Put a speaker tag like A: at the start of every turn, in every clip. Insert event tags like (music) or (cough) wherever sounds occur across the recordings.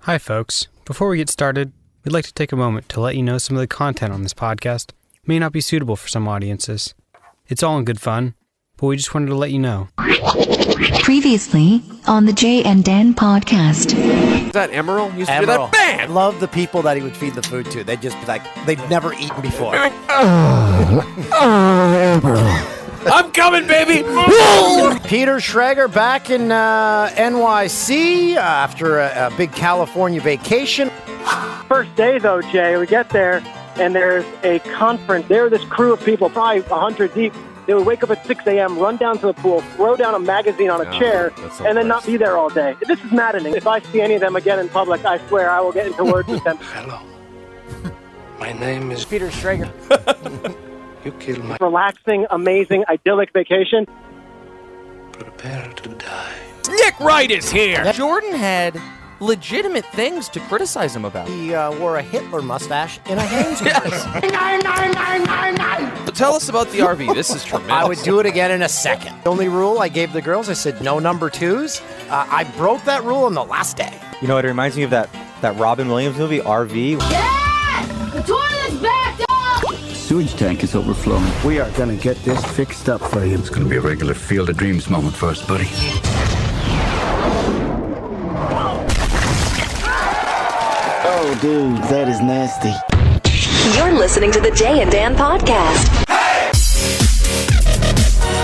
A: Hi, folks. Before we get started, we'd like to take a moment to let you know some of the content on this podcast may not be suitable for some audiences. It's all in good fun, but we just wanted to let you know.
B: Previously on the Jay and Dan podcast.
C: Is that Emerald? He used to
D: Emerald.
C: do that. Bam!
D: Love the people that he would feed the food to. They'd just be like, they'd never eaten before.
C: Oh, I'm coming, baby! (laughs) Whoa!
D: Peter Schrager back in uh, NYC uh, after a, a big California vacation.
E: First day though, Jay, we get there and there's a conference. There, this crew of people, probably hundred deep. They would wake up at 6 a.m., run down to the pool, throw down a magazine on a
C: Oh,
E: chair,
C: that's the
E: and then not
C: worst.
E: be there all day. This is maddening. If I see any of them again in public, I swear I will get into words with them
F: Hello. (laughs) My name is.
D: Peter Schrager.
F: You killed my.
E: relaxing, amazing, idyllic vacation.
F: Prepare to die.
C: Nick Wright is here!
G: Jordan had legitimate things to criticize him about.
D: He uh, wore a Hitler mustache and a Hanes (laughs) yes.
G: But tell us about the RV. This is tremendous.
D: I would do it again in a second. The only rule I gave the girls, I said no number twos. Uh, I broke that rule on the last day.
H: You know, it reminds me of that that Robin Williams movie RV.
I: The toilet's backed up!
J: sewage tank is overflowing. We are gonna get this fixed up for you. It's gonna be a regular field of dreams moment for us, buddy. Oh, dude, that is nasty.
B: You're listening to the Jay and Dan podcast.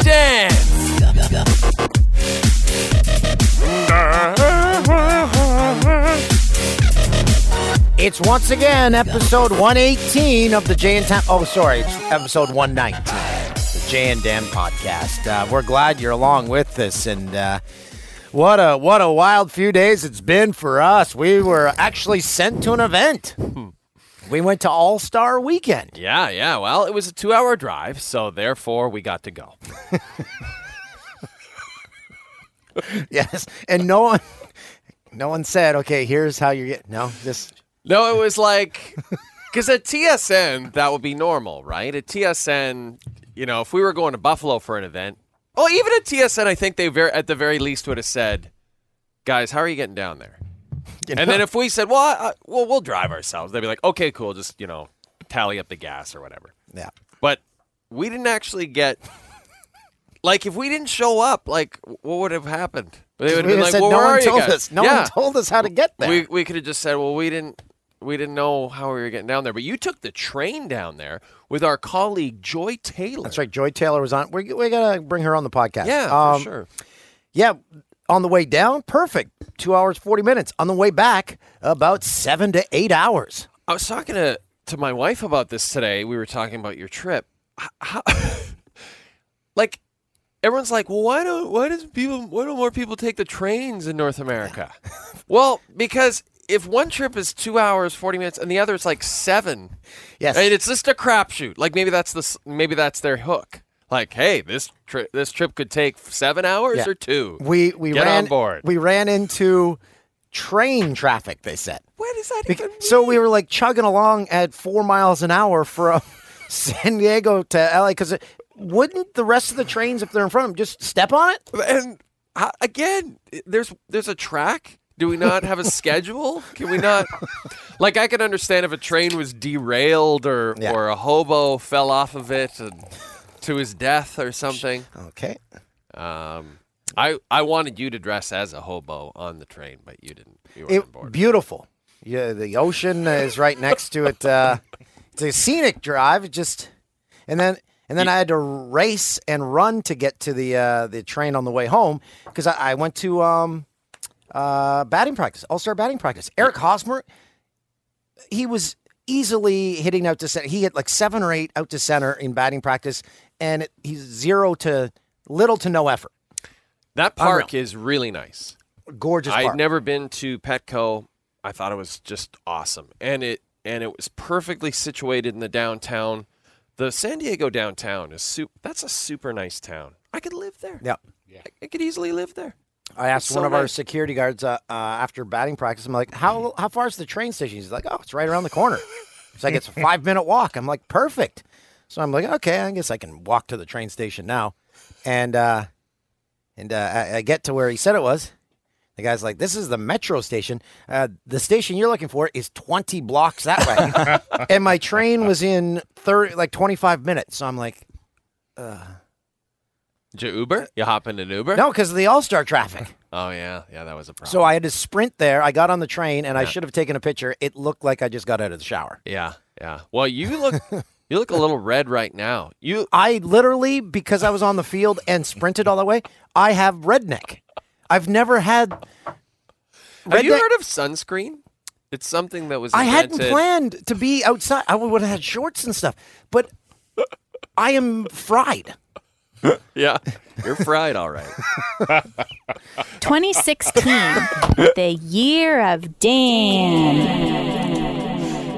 G: dance.
D: It's once again episode 118 of the Jay and Tam. Oh, sorry, it's episode 119, the Jay and Dan podcast. Uh, we're glad you're along with us, and uh, what a what a wild few days it's been for us. We were actually sent to an event.
C: Hmm.
D: We went to All Star Weekend.
C: Yeah, yeah, well, it was a two hour drive, so therefore we got to go.
D: Yes, and no one, no one said, "Okay, here's how you get." No, just
C: No, it was like. Because at TSN, that would be normal, right? At TSN, you know, if we were going to Buffalo for an event, well, even at TSN, I think they very, at the very least would have said, guys, how are you getting down there?
D: you
C: And
D: know.
C: then if we said, well, I, well, we'll drive ourselves, they'd be like, okay, cool, just, you know, tally up the gas or whatever.
D: yeah.
C: but we didn't actually get like if we didn't show up like what would have happened they would have
D: We
C: been like
D: said
C: well,
D: no
C: where are
D: one
C: you
D: told
C: guys?"
D: us. No
C: yeah.
D: one told us how to get there.
C: we, we could have just said well we didn't we didn't know how we were getting down there but you took the train down there with our colleague joy taylor
D: That's right. Joy Taylor was on. We, we gotta bring her on the podcast.
C: yeah
D: Um,
C: for sure
D: Yeah, on the way down, perfect. Two hours, 40 minutes. On the way back, about seven to eight hours.
C: I was talking to, to my wife about this today. We were talking about your trip. H- How, (laughs) like everyone's like, well, why don't why does people why don't more people take the trains in North
D: (laughs)
C: America? well, because if one trip is two hours forty minutes and the other is like seven,
D: Yes.
C: and it's just a crapshoot. Like maybe that's the s- maybe that's their hook. Like, hey, this trip this trip could take seven hours
D: Yeah.
C: or two.
D: we we
C: Get
D: ran
C: on board.
D: We ran into train traffic, they said.
C: what does that
D: Bec-
C: even mean?
D: so we were like chugging along at four miles an hour from (laughs) San Diego to LA because wouldn't the rest of the trains, if they're in front of them, just step on it?
C: And uh, again, i- there's there's a track. Do we not
D: (laughs)
C: have a schedule? Can we not? Like, I can understand if a train was derailed or
D: Yeah.
C: or a hobo fell off of it and to his death or something.
D: Okay.
C: Um, I I wanted you to dress as a hobo on the train, but you didn't. You weren't on
D: It,
C: board.
D: beautiful. Yeah, the ocean is right next to it. Uh, it's a scenic drive. It Just and then and then I had to race and run to get to the uh, the train on the way home because I, I went to um, uh, batting practice, All Star batting practice. Eric Hosmer, he was easily hitting out to center. He hit like seven or eight out to center in batting practice, and it, he's zero to little to no effort.
C: that park is really nice.
D: Gorgeous.
C: I'd
D: park.
C: never been to Petco. I thought it was just awesome, and it and it was perfectly situated in the downtown. The San Diego downtown is super. That's a super nice town. I could live there.
D: Yeah.
C: I, I could easily live there.
D: I asked
C: It's
D: one
C: so
D: of our
C: nice.
D: security guards uh, uh, after batting practice. I'm like, "How how far is the train station?" He's like, "Oh, it's right around the corner." It's like it's a five minute walk. I'm like, "Perfect." So I'm like, "Okay, I guess I can walk to the train station now," and uh, and uh, I, I get to where he said it was. The guy's like, "This is the metro station. Uh, the station you're looking for is 20 blocks that way." and my train was in 30, like 25 minutes. So I'm like, uh,
C: Did you Uber? You hop in an Uber?
D: "No, because of the All Star traffic."
C: Oh yeah, yeah, that was a problem.
D: So I had to sprint there. I got on the train, and I
C: Yeah.
D: should have taken a picture. It looked like I just got out of the shower.
C: yeah, yeah. Well, you
D: (laughs)
C: look you look a little red right now. You
D: I literally, because I was on the field and sprinted all the way, I have redneck. I've never had.
C: have you
D: redneck-
C: heard of sunscreen? It's something that was
D: I hadn't
C: invented-
D: planned to be outside. I would have had shorts and stuff, but I am fried.
C: Yeah, you're fried, all right.
K: 2016, the year of Dan.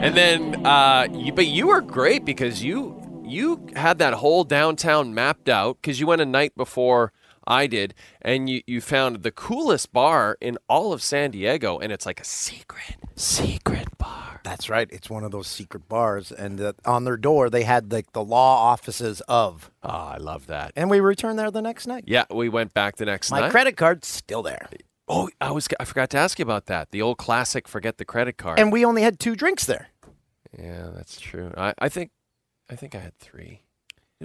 C: And then, uh, you, but you were great because you you had that whole downtown mapped out because you went a night before I did, and you you found the coolest bar in all of San Diego, and it's like a secret secret bar.
D: That's right. It's one of those secret bars, and uh, on their door they had like the law offices of.
C: Oh, I love that.
D: And we returned there the next night.
C: Yeah, we went back the next
D: My
C: night.
D: credit card's still there,
C: Oh, I was I forgot to ask you about that. The old classic, forget the credit card.
D: and we only had two drinks there.
C: yeah, that's true. I, I think I think I had three.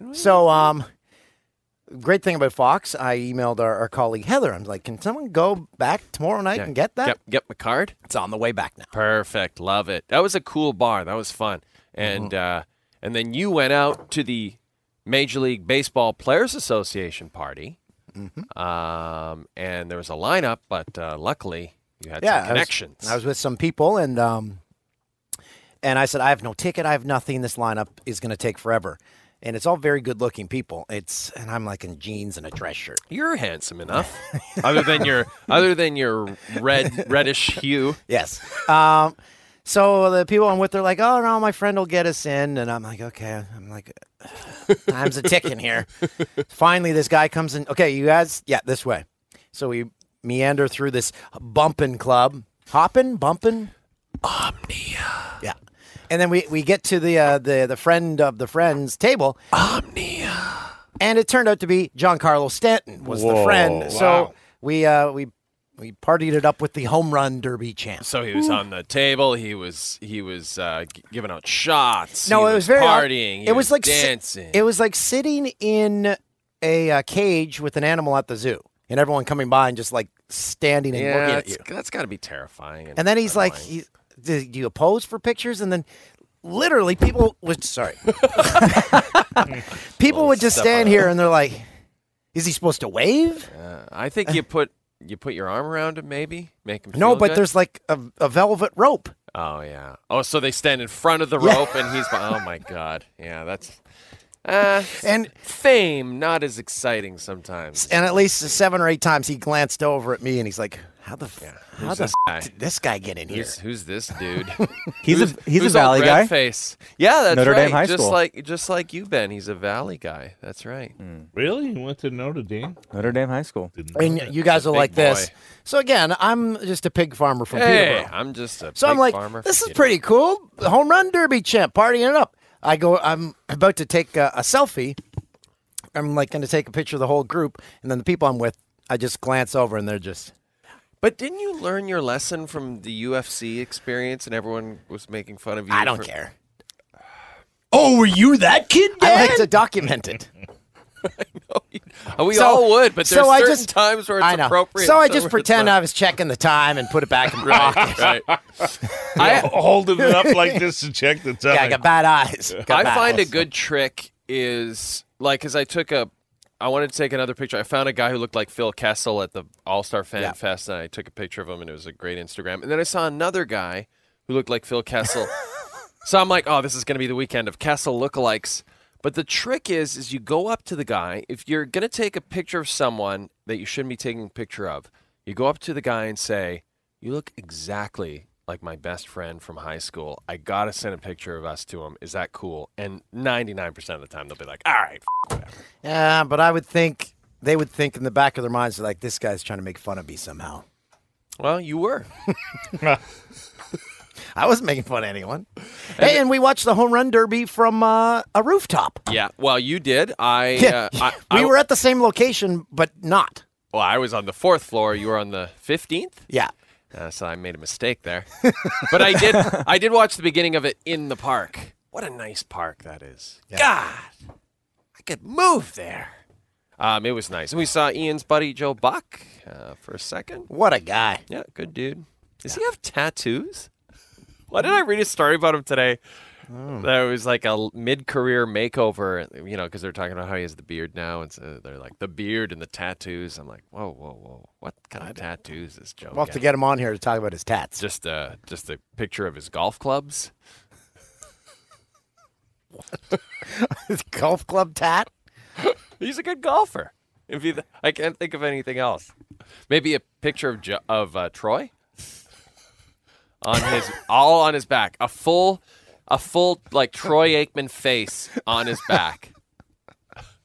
C: Oh,
D: So, um, great thing about Fox, I emailed our, our colleague Heather. I'm like, can someone go back tomorrow night
C: Yeah.
D: and get that?
C: Get, get my card.
D: It's on the way back now.
C: Perfect. Love it. That was a cool bar. That was fun. And
D: Mm-hmm.
C: uh, and then you went out to the Major League Baseball Players Association party.
D: Mm-hmm.
C: Um, and there was a lineup, but uh, luckily you had some
D: yeah, I was-
C: connections.
D: I was, with some people, and um, and I said, I have no ticket, I have nothing. This lineup is going to take forever, and it's all very good-looking people. It's and I'm like in jeans and a dress shirt.
C: You're handsome enough,
D: (laughs)
C: other than your other than your red reddish hue.
D: Yes. (laughs) Um, so the people I'm with, they're like, "Oh no, my friend will get us in," and I'm like, "Okay." I'm like, "Time's a ticking here." Finally, this guy comes in. Okay, you guys, yeah, this way. So we meander through this bumping club, hopping, bumping, omnia. Yeah, and then we we get to the uh, the the friend of the friend's table, omnia, and it turned out to be John Carlos Stanton was the
L: Whoa,
D: friend.
C: wow.
D: So we uh, we. We partied it up with the home run derby chant.
C: So he was on the table. He was he was uh, g- giving out shots.
D: No,
C: he
D: it was very odd.
C: partying. he
D: It was like si-
C: dancing.
D: it was like sitting in a uh, cage with an animal at the zoo, and everyone coming by and just like standing and
C: yeah,
D: looking at
C: it's-
D: you.
C: that's got to be terrifying.
D: And then he's like, he, do do you pose for pictures? And then literally people
C: (laughs)
D: would sorry, (laughs) people would just
C: step
D: stand
C: on
D: here
C: it.
D: and they're like, is he supposed to wave?
C: Uh, I think you put you put your arm around him, maybe make him.
D: No,
C: feel
D: but
C: good?
D: there's like a, a velvet rope.
C: Oh yeah. Oh, so they stand in front of the
D: Yeah.
C: rope, and he's. Oh my god. Yeah, that's. Uh,
D: And-
C: fame not as exciting sometimes.
D: And at least seven or eight times he glanced over at me and he's like, how the, f how
C: Who's
D: the
C: this guy?
D: f- did this guy get in here?
C: Who's, who's this
D: (laughs)
C: dude?
H: He's a-
C: Who's-
H: he's a
C: who's all
H: Valley guy.
C: Face. Yeah, that's
H: Notre
C: right.
H: Dame High
C: just
H: School.
C: like just like you, Ben. He's a Valley guy. That's right.
D: Mm.
M: Really? You went to Notre Dame?
H: Notre Dame High School.
D: And you guys will
C: Big
D: like this.
C: boy.
D: So again, I'm just a pig farmer from
C: Hey,
D: Peterborough.
C: I'm just a
D: So I'm
C: pig
D: like,
C: farmer
D: this
C: from
D: is pretty cool. The Home run derby champ, partying it up. I go, I'm about to take a, a selfie. I'm like going to take a picture of the whole group, and then the people I'm with, I just glance over and they're just.
C: But didn't you learn your lesson from the UFC experience and everyone was making fun of you?
D: I don't
C: for-
D: care. Oh, were you that kid? I like to document it.
C: (laughs) We
D: So-
C: all would, but there's
D: so I
C: certain
D: just-
C: times where it's
D: I know.
C: appropriate.
D: So I
C: so (laughs)
D: just
C: it's
D: pretend
C: not.
D: I was checking the time and put it back in my pocket.
C: (laughs) right.
M: I holding it up like this to check the time.
D: Yeah, I got bad eyes. Got
C: I
D: bad
C: find a
D: eyes.
C: good trick is like because I took a, I wanted to take another picture. I found a guy who looked like Phil Kessel at the All Star Fan
D: Yeah.
C: Fest, and I took a picture of him, and it was a great Instagram. And then I saw another guy who looked like Phil
D: (laughs)
C: Kessel. so I'm like, oh, this is going to be the weekend of Kessel lookalikes. But the trick is, is you go up to the guy. If you're going to take a picture of someone that you shouldn't be taking a picture of, you go up to the guy and say, "You look exactly like my best friend from high school. I gotta send a picture of us to him. Is that cool?" And 99% of the time, they'll be like, "All right." F- whatever."
D: Yeah, but I would think they would think in the back of their minds like this guy's trying to make fun of me somehow.
C: Well, you were.
D: I wasn't making fun of anyone. Hey, and we watched the home run derby from uh, a rooftop.
C: (laughs) Yeah. Well, you did. I. Uh, I,
D: (laughs) we
C: I-
D: were at the same location, but not.
C: Well, I was on the fourth floor. You were on the fifteenth.
D: Yeah.
C: Uh, so I made a mistake there, (laughs) but I did. I did watch the beginning of it in the park. What a nice park that is. God, I could move there. Um, it was nice, and we saw Ian's buddy Joe Buck uh, for a second.
D: What a guy!
C: Yeah, good dude. Does he have tattoos? Why did I read a story about him today?
D: Oh.
C: That was like a l- mid-career makeover, you know, because they're talking about how he has the beard now, and so they're like the beard and the tattoos. I'm like, whoa, whoa, whoa! What kind of tattoos is Joe?
D: We'll have to
C: getting?
D: get him on here to talk about his tats.
C: Just uh, just a picture of his golf clubs.
D: his (laughs) golf club tat.
C: He's a good golfer. If you, I can't think of anything else. Maybe a picture of jo- of uh, Troy on his all on his back. A full, a full like Troy Aikman face on his back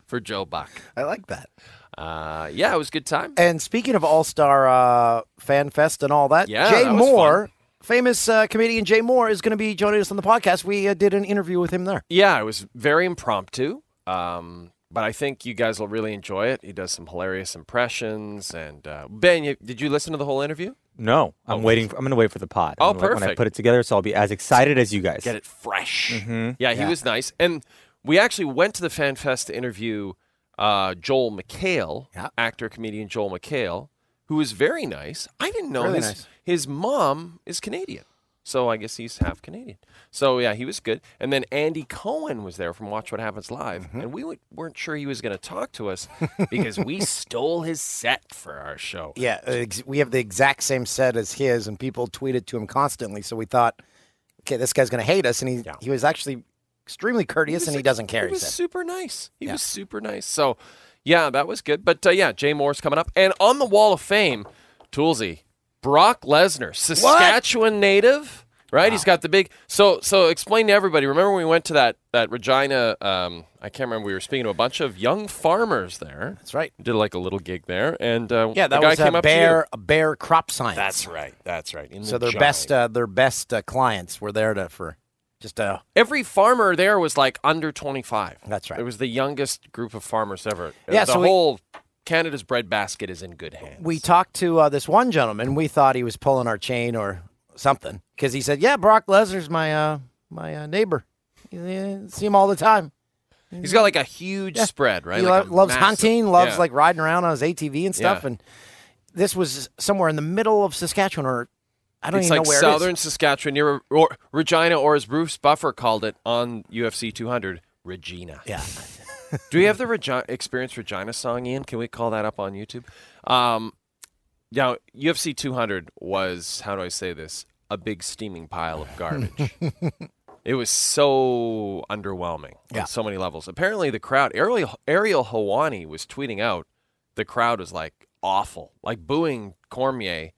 C: for Joe Buck.
D: I like that.
C: Uh, yeah, it was a good time.
D: And speaking of All Star uh, Fan Fest and all that,
C: Yeah,
D: Jay
C: that was
D: Moore, famous uh, comedian Jay Moore, is going to be joining us on the podcast. We uh, did an interview with him there.
C: Yeah, it was very impromptu. Um, but I think you guys will really enjoy it. He does some hilarious impressions. And uh, Ben, you, did you listen to the whole interview?
H: No, I'm waiting. For, I'm gonna wait for the pod.
C: Oh,
H: I'm gonna, like, When I
C: perfect.
H: put it together, so I'll be as excited as you guys.
C: Get it fresh.
H: Mhm.
C: Yeah, he was nice. And we actually went to the Fan Fest to interview uh, Joel McHale, actor comedian Joel McHale, who was very nice. I didn't know
D: Really
C: his
D: nice.
C: his mom is Canadian, so I guess he's half Canadian. So yeah, he was good. And then Andy Cohen was there from Watch What Happens Live, and we would, weren't sure he was going to talk to us because we stole his set for our show.
D: Yeah, uh, ex- we have the exact same set as his, and people tweeted to him constantly. So we thought, okay, this guy's going to hate us, and he he was actually extremely courteous, and he doesn't care.
C: He was
D: said.
C: super nice. He was super nice. So, yeah, that was good. But uh, yeah, Jay Moore's coming up, and on the Wall of Fame, Toolsy, Brock Lesnar, Saskatchewan native, right? He's got the big. So, so explain to everybody. Remember when we went to that that Regina? Um, I can't remember. We were speaking to a bunch of young farmers there. That's
D: right.
C: Did like a little gig there, and uh,
D: yeah,
C: the
D: that
C: guy
D: was
C: came
D: a
C: up to you.
D: bear a bear crop science.
C: That's right. That's right. In
D: so
C: the
D: their
C: giant.
D: best uh, their best uh, clients were there to for just uh
C: Every farmer there was like under 25.
D: That's right.
C: It was the youngest group of farmers ever.
D: Yeah,
C: the
D: so we-
C: whole Canada's breadbasket is in good hands.
D: we talked to uh, this one gentleman. We thought he was pulling our chain or something because he said, "Yeah, Brock Lesnar's my uh, my uh, neighbor. You uh, see him all the time.
C: He's got like a huge spread, right?
D: He
C: Like
D: lo-
C: a
D: loves
C: massive-
D: hunting, loves
C: yeah.
D: like riding around on his ATV and stuff.
C: Yeah.
D: And this was somewhere in the middle of Saskatchewan, or I don't
C: it's
D: even
C: like
D: know where
C: southern
D: it is.
C: Saskatchewan near or, Regina, or as Bruce Buffer called it on UFC 200, Regina.
D: Yeah.
C: Do we have the Regi- Experience Regina song, Ian? Can we call that up on YouTube? Um, now, UFC 200 was, how do I say this? A big steaming pile of garbage. it was so underwhelming
D: Yeah.
C: on so many levels. Apparently, the crowd, Ariel, Ariel Hawani was tweeting out, the crowd was like awful, like booing Cormier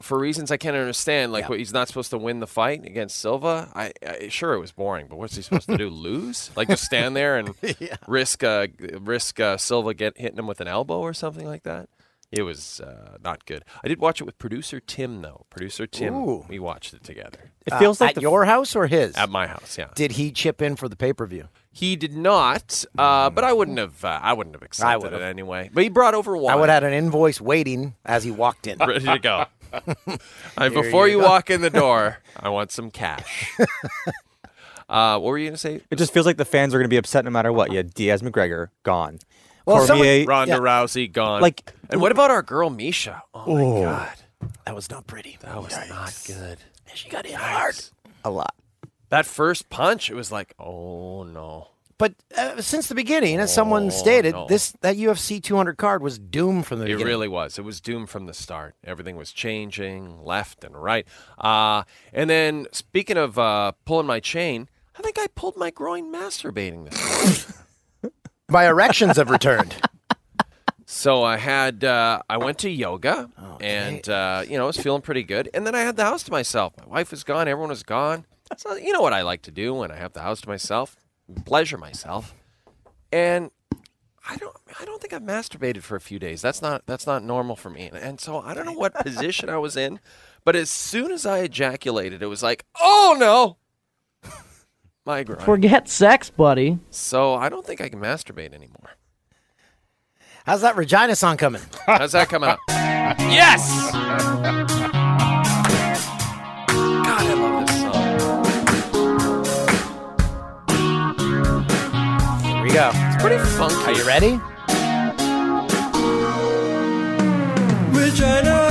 C: for reasons I can't understand. Like, what, he's not supposed to win the fight against Silva. I, I sure it was boring, but what's he supposed to do? (laughs) Lose? Like, just stand there
D: (laughs)
C: and risk uh, g- risk uh, Silva get hitting him with an elbow or something like that? It was uh, not good. I did watch it with producer Tim though. Producer Tim,
D: Ooh.
C: we watched it together
D: It feels like Uh, at your house or his.
C: at my house. Yeah,
D: Did he chip in for the pay per view?
C: he did not, uh, but I wouldn't have. Uh, I wouldn't have accepted it
D: would've.
C: anyway. But he brought over wine.
D: I would have had an invoice waiting as he
C: (laughs)
D: walked in.
C: ready to
D: (laughs)
C: go. I-
D: There
C: before
D: you
C: you,
D: go.
C: walk in the door, (laughs) I want some cash. (laughs) uh, what were you gonna say?
H: It just feels like the fans are gonna be upset no matter what. Yeah, Diaz McGregor gone. Cormier,
C: Ronda Rousey gone.
H: Like-
C: and what about our girl Misha? Oh my
H: Oh.
C: god,
D: That was not pretty.
C: that was not good.
D: She got hit hard.
H: a lot.
C: That first punch, it was like, oh no.
D: But uh, since the beginning, as someone stated,
C: Oh, no.
D: this that UFC 200 card was doomed from the
C: It
D: beginning.
C: really was. It was doomed from the start. Everything was changing left and right. Uh, and then, speaking of uh, pulling my chain, I think I pulled my groin masturbating this morning.
D: My erections have returned. (laughs)
C: So I had uh, I went to yoga and uh, you know I was feeling pretty good, and then I had the house to myself. My wife was gone, everyone was gone. So you know what I like to do when I have the house to myself, pleasure myself, and I don't I don't think I've masturbated for a few days. That's not that's not normal for me, and so I don't know what position I was in, but as soon as I ejaculated, it was like oh no, (laughs) my groin.
L: Forget sex, buddy.
C: So I don't think I can masturbate anymore.
D: How's that Regina song coming?
C: How's that coming up? yes! God, I love this song.
D: Here we go.
C: It's pretty funky.
D: Are you ready?
G: Regina.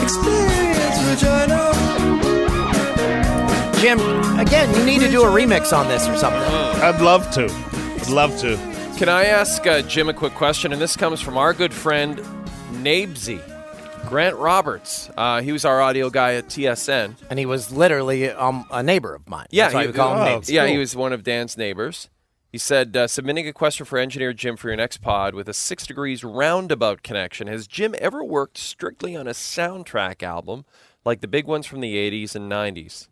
G: Experience Regina.
D: Jim, again, you need to do a remix on this or something.
C: I'd love to. I'd love to. Can I ask uh, Jim a quick question? And this comes from our good friend, Nabesy, Grant Roberts. Uh, he was our audio guy at TSN.
D: And he was literally um, a neighbor of mine.
C: Yeah,
D: That's why
C: he,
D: we call him
C: oh,
D: names.
C: Yeah, he was one of Dan's neighbors. He said, uh, submitting a question for engineer Jim for your next pod with a six degrees roundabout connection. Has Jim ever worked strictly on a soundtrack album like the big ones from the 80s and 90s?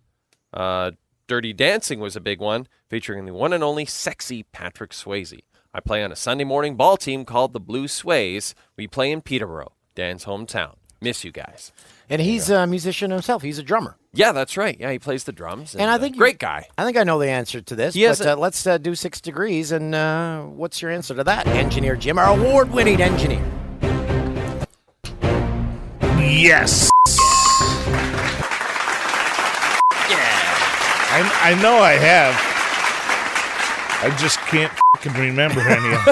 C: Uh, Dirty Dancing was a big one, featuring the one and only sexy Patrick Swayze. I play on a Sunday morning ball team called the Blue Sways. We play in Peterborough, Dan's hometown. Miss you guys.
D: And he's a musician himself. He's a drummer.
C: Yeah, that's right. Yeah, he plays the drums.
D: And I
C: uh,
D: think you-
C: great guy.
D: I think I know the answer to this.
C: He
D: but
C: has a-
D: uh, let's uh, do six degrees. And uh, what's your answer to that, Engineer Jim, our award-winning engineer?
M: Yes. I, I know I have. I just can't fucking remember any of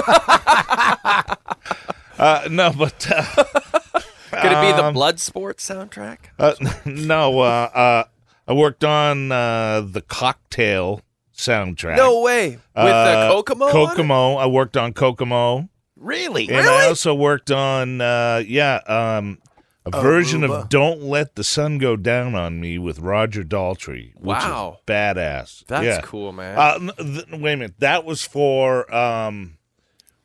M: it. uh, no, but. Uh,
C: Could it be the
M: um,
C: Bloodsport soundtrack?
M: Uh, no, uh, uh, I worked on uh, the Cocktail soundtrack.
C: No way. With, uh, Kokomo on it?
M: Kokomo. I worked on Kokomo.
C: Really?
M: And I also worked on uh, yeah um, a version
C: Aruba.
M: of "Don't Let the Sun Go Down on Me" with Roger Daltrey. Which
C: Wow.
M: is badass.
C: That's
M: Yeah.
C: cool, man.
M: Uh, n- th- wait a minute, that was for um,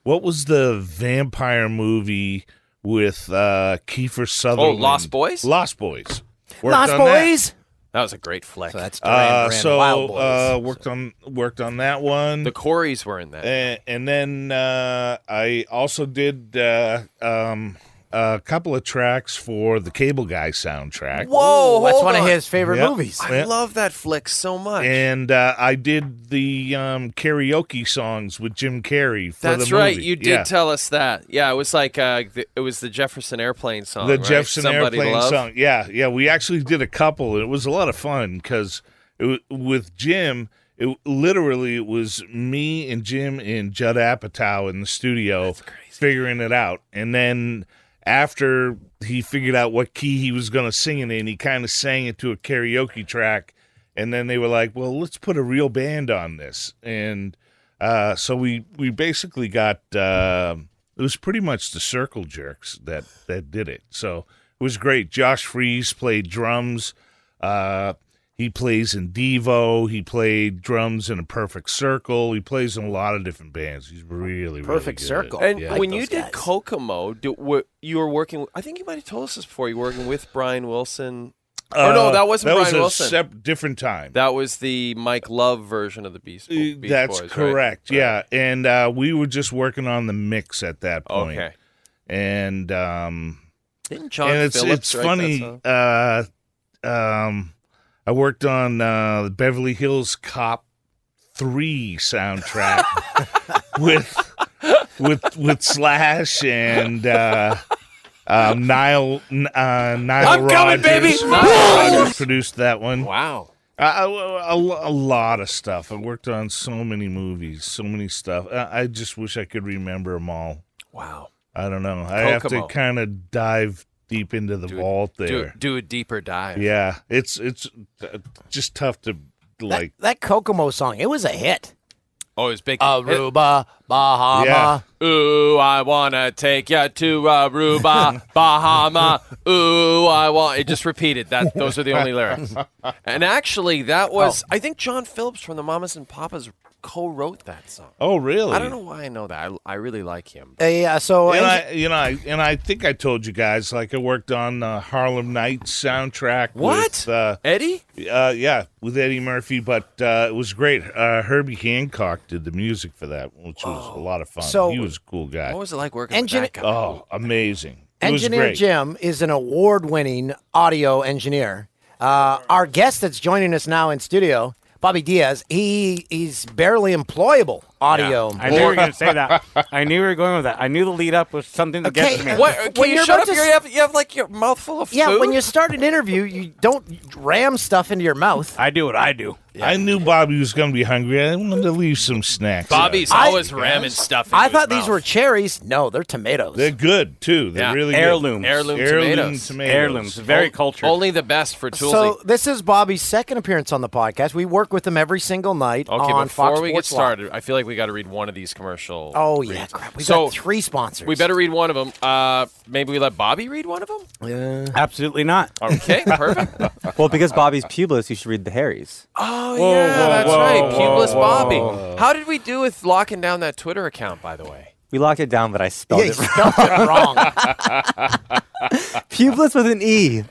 M: what was the vampire movie with uh, Kiefer Sutherland?
C: Oh, Lost Boys?
M: Lost Boys.
C: Lost
M: on that.
C: Boys? That was a great flick. So that's
M: Uh, so uh, worked on worked on that one. The
C: Corys were in that,
M: and, then uh, I also did uh, um, a couple of tracks for the Cable Guy soundtrack.
C: Whoa, hold on.
M: Yep.
C: I
M: Yep.
C: love that flick so much.
M: And uh, I did the um, karaoke songs with Jim Carrey for
C: That's
M: the movie.
C: right. You did
M: Yeah.
C: tell us that. Yeah, it was like uh, the, it was the Jefferson Airplane song.
M: the
C: right?
M: Jefferson
C: Somebody
M: Airplane
C: Love.
M: song. Yeah, yeah. We actually did a couple, and it was a lot of fun because with Jim, it literally it was me and Jim and Judd Apatow in the studio figuring it out, and then after he figured out what key he was going to sing it in, he kind of sang it to a karaoke track, and then they were like, "Well, let's put a real band on this," and uh, so we we basically got uh, it was pretty much the Circle Jerks that that did it. So it was great. Josh Fries played drums. Uh, he plays in Devo. He played drums in a Perfect Circle. He plays in a lot of different bands. He's really
D: Perfect
M: really good.
D: Circle.
M: Yeah.
C: And when you did Kokomo, do, were, you were working. I think you might have told us this before. You were working with Brian Wilson. oh
M: Uh,
C: no, that wasn't
M: that was
C: Brian
M: a
C: Wilson.
M: sep- different time.
C: That was the Mike Love version of the Beast, Bo- Beach
M: Uh,
C: Boys.
M: That's
C: right?
M: correct. Yeah, and uh, we were just working on the mix at that point.
C: Okay.
M: And um,
C: Didn't John
M: and it's
C: Phillips
M: it's
C: write that
M: funny.
C: song?
M: Uh, um, I worked on uh, the Beverly Hills Cop three
G: (laughs)
M: soundtrack with with with Slash and uh, um, Nile N- uh, Nile
G: I'm coming, baby!
M: Rodgers.
G: Nile
M: Rodgers
G: Rodgers.
M: produced that one.
C: Wow.
M: I- I- a lo- a lot of stuff. I worked on so many movies, so many stuff. I, I just wish I could remember them all.
C: Wow.
M: I don't know. I have to
C: Kokomo.
M: kind of dive deep into the vault there.
C: Do, do a deeper dive.
M: Yeah, it's it's uh, just tough to like.
D: That Kokomo song, it was a hit.
C: Oh, it's big.
D: Aruba, Bahama.
C: Ooh, I wanna take ya to
M: (laughs)
C: Aruba, Bahama. Ooh, I want. It just repeated that. Those are the only
M: (laughs)
C: lyrics. And actually, that was.
M: Oh.
C: I think John Phillips from the Mamas and Papas co-wrote that song.
M: Oh, really?
C: I don't know why I know that. I, I really like him.
D: Uh, yeah, so
M: and
D: Engi-
M: I, you know, I, and I think I told you guys like I worked on uh, Harlem Nights soundtrack.
C: What?
M: with, uh,
C: Eddie?
M: Uh, yeah, with Eddie Murphy, but uh, it was great. Uh, Herbie Hancock did the music for that, which was a lot of fun.
D: So-
M: he was a cool guy.
C: Oh. What was it like working
D: Engine-
C: with that guy?
M: Oh, amazing! It was
D: Engineer
M: great.
D: Jim is an award winning audio engineer. Uh, our guest that's joining us now in studio Bobby Diaz, he he's barely employable audio.
L: I knew you were going to
C: (laughs)
L: say that. I knew you were going with that. I knew the lead up was something to get to me.
C: What, can
D: When
C: you
D: you're
C: shut up?
D: about to
C: here? you, have, you have like your mouth full of
D: Yeah,
C: food.
D: when you start an interview, you don't ram stuff into your mouth.
L: I do what I do.
M: I knew Bobby was going to be hungry. I wanted to leave some snacks.
D: Bobby's
M: out.
D: always
C: ramming stuff.
D: I thought these were cherries. No, they're tomatoes.
M: They're good too. They're
D: Yeah.
M: really
D: Heirlooms.
M: Good.
D: Heirloom
M: Heirloom
D: tomatoes.
M: tomatoes.
D: Heirlooms. Very
C: Ol-
D: cultured.
C: Only the best for Toolsy.
D: So this is Bobby's second appearance on the podcast. We work with him every single night
C: okay,
D: on
C: before
D: Fox
C: we get
D: Sports Live.
C: started, I feel like we got to read one of these commercial.
D: Oh yeah,
C: reads.
D: crap! We
C: so
D: got three sponsors.
C: we better read one of them. Uh, maybe we let Bobby read one of them.
L: Absolutely not.
C: (laughs) Okay, perfect.
H: well, because Bobby's pubeless, you should read the Harrys.
C: Oh
H: Whoa,
C: yeah,
H: whoa,
C: that's
H: whoa,
C: right.
H: whoa,
C: Pubeless
H: whoa.
C: Bobby. How did we do with locking down that Twitter account? By the way,
H: We locked it down, but I spelled (laughs)
C: (laughs)
H: it wrong. pubeless with an E.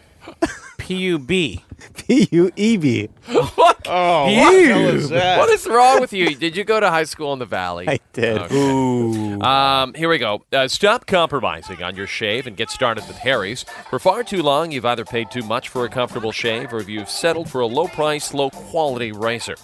L: P U B.
H: P U E B.
C: (laughs) what?
M: Oh,
H: what the hell is that?
C: what is wrong with you? Did you go to high school in the valley?
H: I did.
C: Okay. Um, here we go. Uh, stop compromising on your shave and get started with Harry's. For far too long, you've either paid too much for a comfortable shave or you've settled for a low price, low quality razor.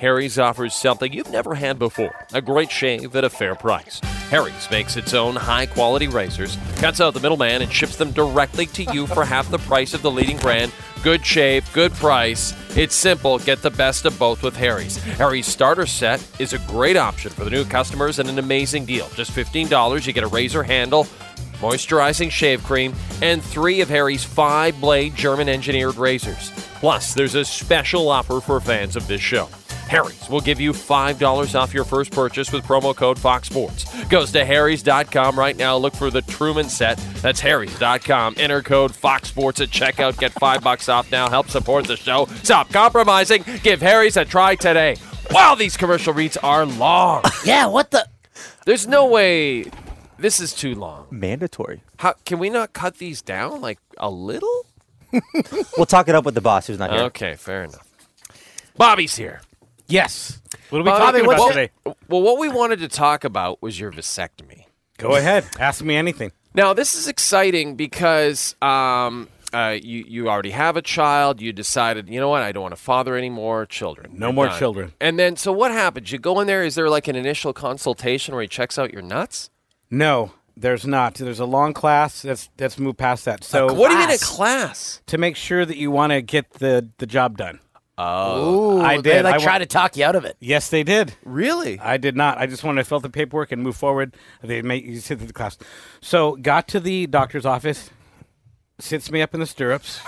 C: Harry's offers something you've never had before a great shave at a fair price. Harry's makes its own high quality razors, cuts out the middleman, and ships them directly to you for half the price of the leading brand. Good shape, good price. It's simple. Get the best of both with Harry's. Harry's starter set is a great option for the new customers and an amazing deal. Just $15, you get a razor handle, moisturizing shave cream, and three of Harry's five blade German engineered razors. Plus, there's a special offer for fans of this show. Harry's will give you $5 off your first purchase with promo code Fox Sports. Goes to Harry's.com right now. Look for the Truman set. That's Harry's.com. Enter code Fox Sports at checkout. Get five bucks off now. Help support the show. Stop compromising. Give Harry's a try today. Wow, these commercial reads are long.
D: yeah, what the?
C: There's no way. This is too long.
H: Mandatory.
C: How can we not cut these down like a little?
H: We'll talk it up with the boss who's not here.
C: Okay, fair enough. Bobby's here.
L: Yes. What are we
C: Bobby,
L: talking about
C: what-
L: today?
C: Well, what we wanted to talk about was your vasectomy.
L: Go ahead. Ask me anything.
C: Now, this is exciting because um, uh, you you already have a child. You decided, you know what, I don't want to father any more children.
L: No
C: You're
L: more
C: done.
L: children.
C: And then, so what happens? You go in there. Is there like an initial consultation where he checks out your nuts?
L: No, there's not. There's a long class. That's that's moved past that. So
C: what do you mean a class?
L: To make sure that you want to get the the job done.
C: Oh,
L: I did.
D: They like
L: I
D: try
L: wa-
D: to talk you out of it.
L: Yes, they did.
C: Really?
L: I did not. I just wanted to fill out the paperwork and move forward. They make you sit through the class. So got to the doctor's office, sits me up in the stirrups.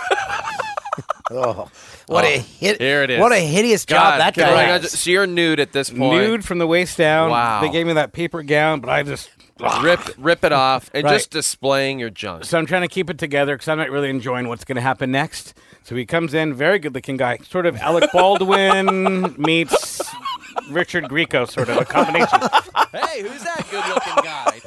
D: oh, what a hit!
C: Here it is.
D: What a hideous job that
C: God,
D: guy
C: I
D: has.
C: got- So you're nude at this point.
L: Nude from the waist down.
C: Wow.
L: They gave me that paper gown, but I just
C: Rip rip it off and
L: Right.
C: just displaying your junk.
L: So I'm trying to keep it together because I'm not really enjoying what's going to happen next. So he comes in, very good looking guy, sort of Alec Baldwin meets Richard Grieco, sort of a combination.
C: hey, who's that good looking
L: (laughs)
C: guy?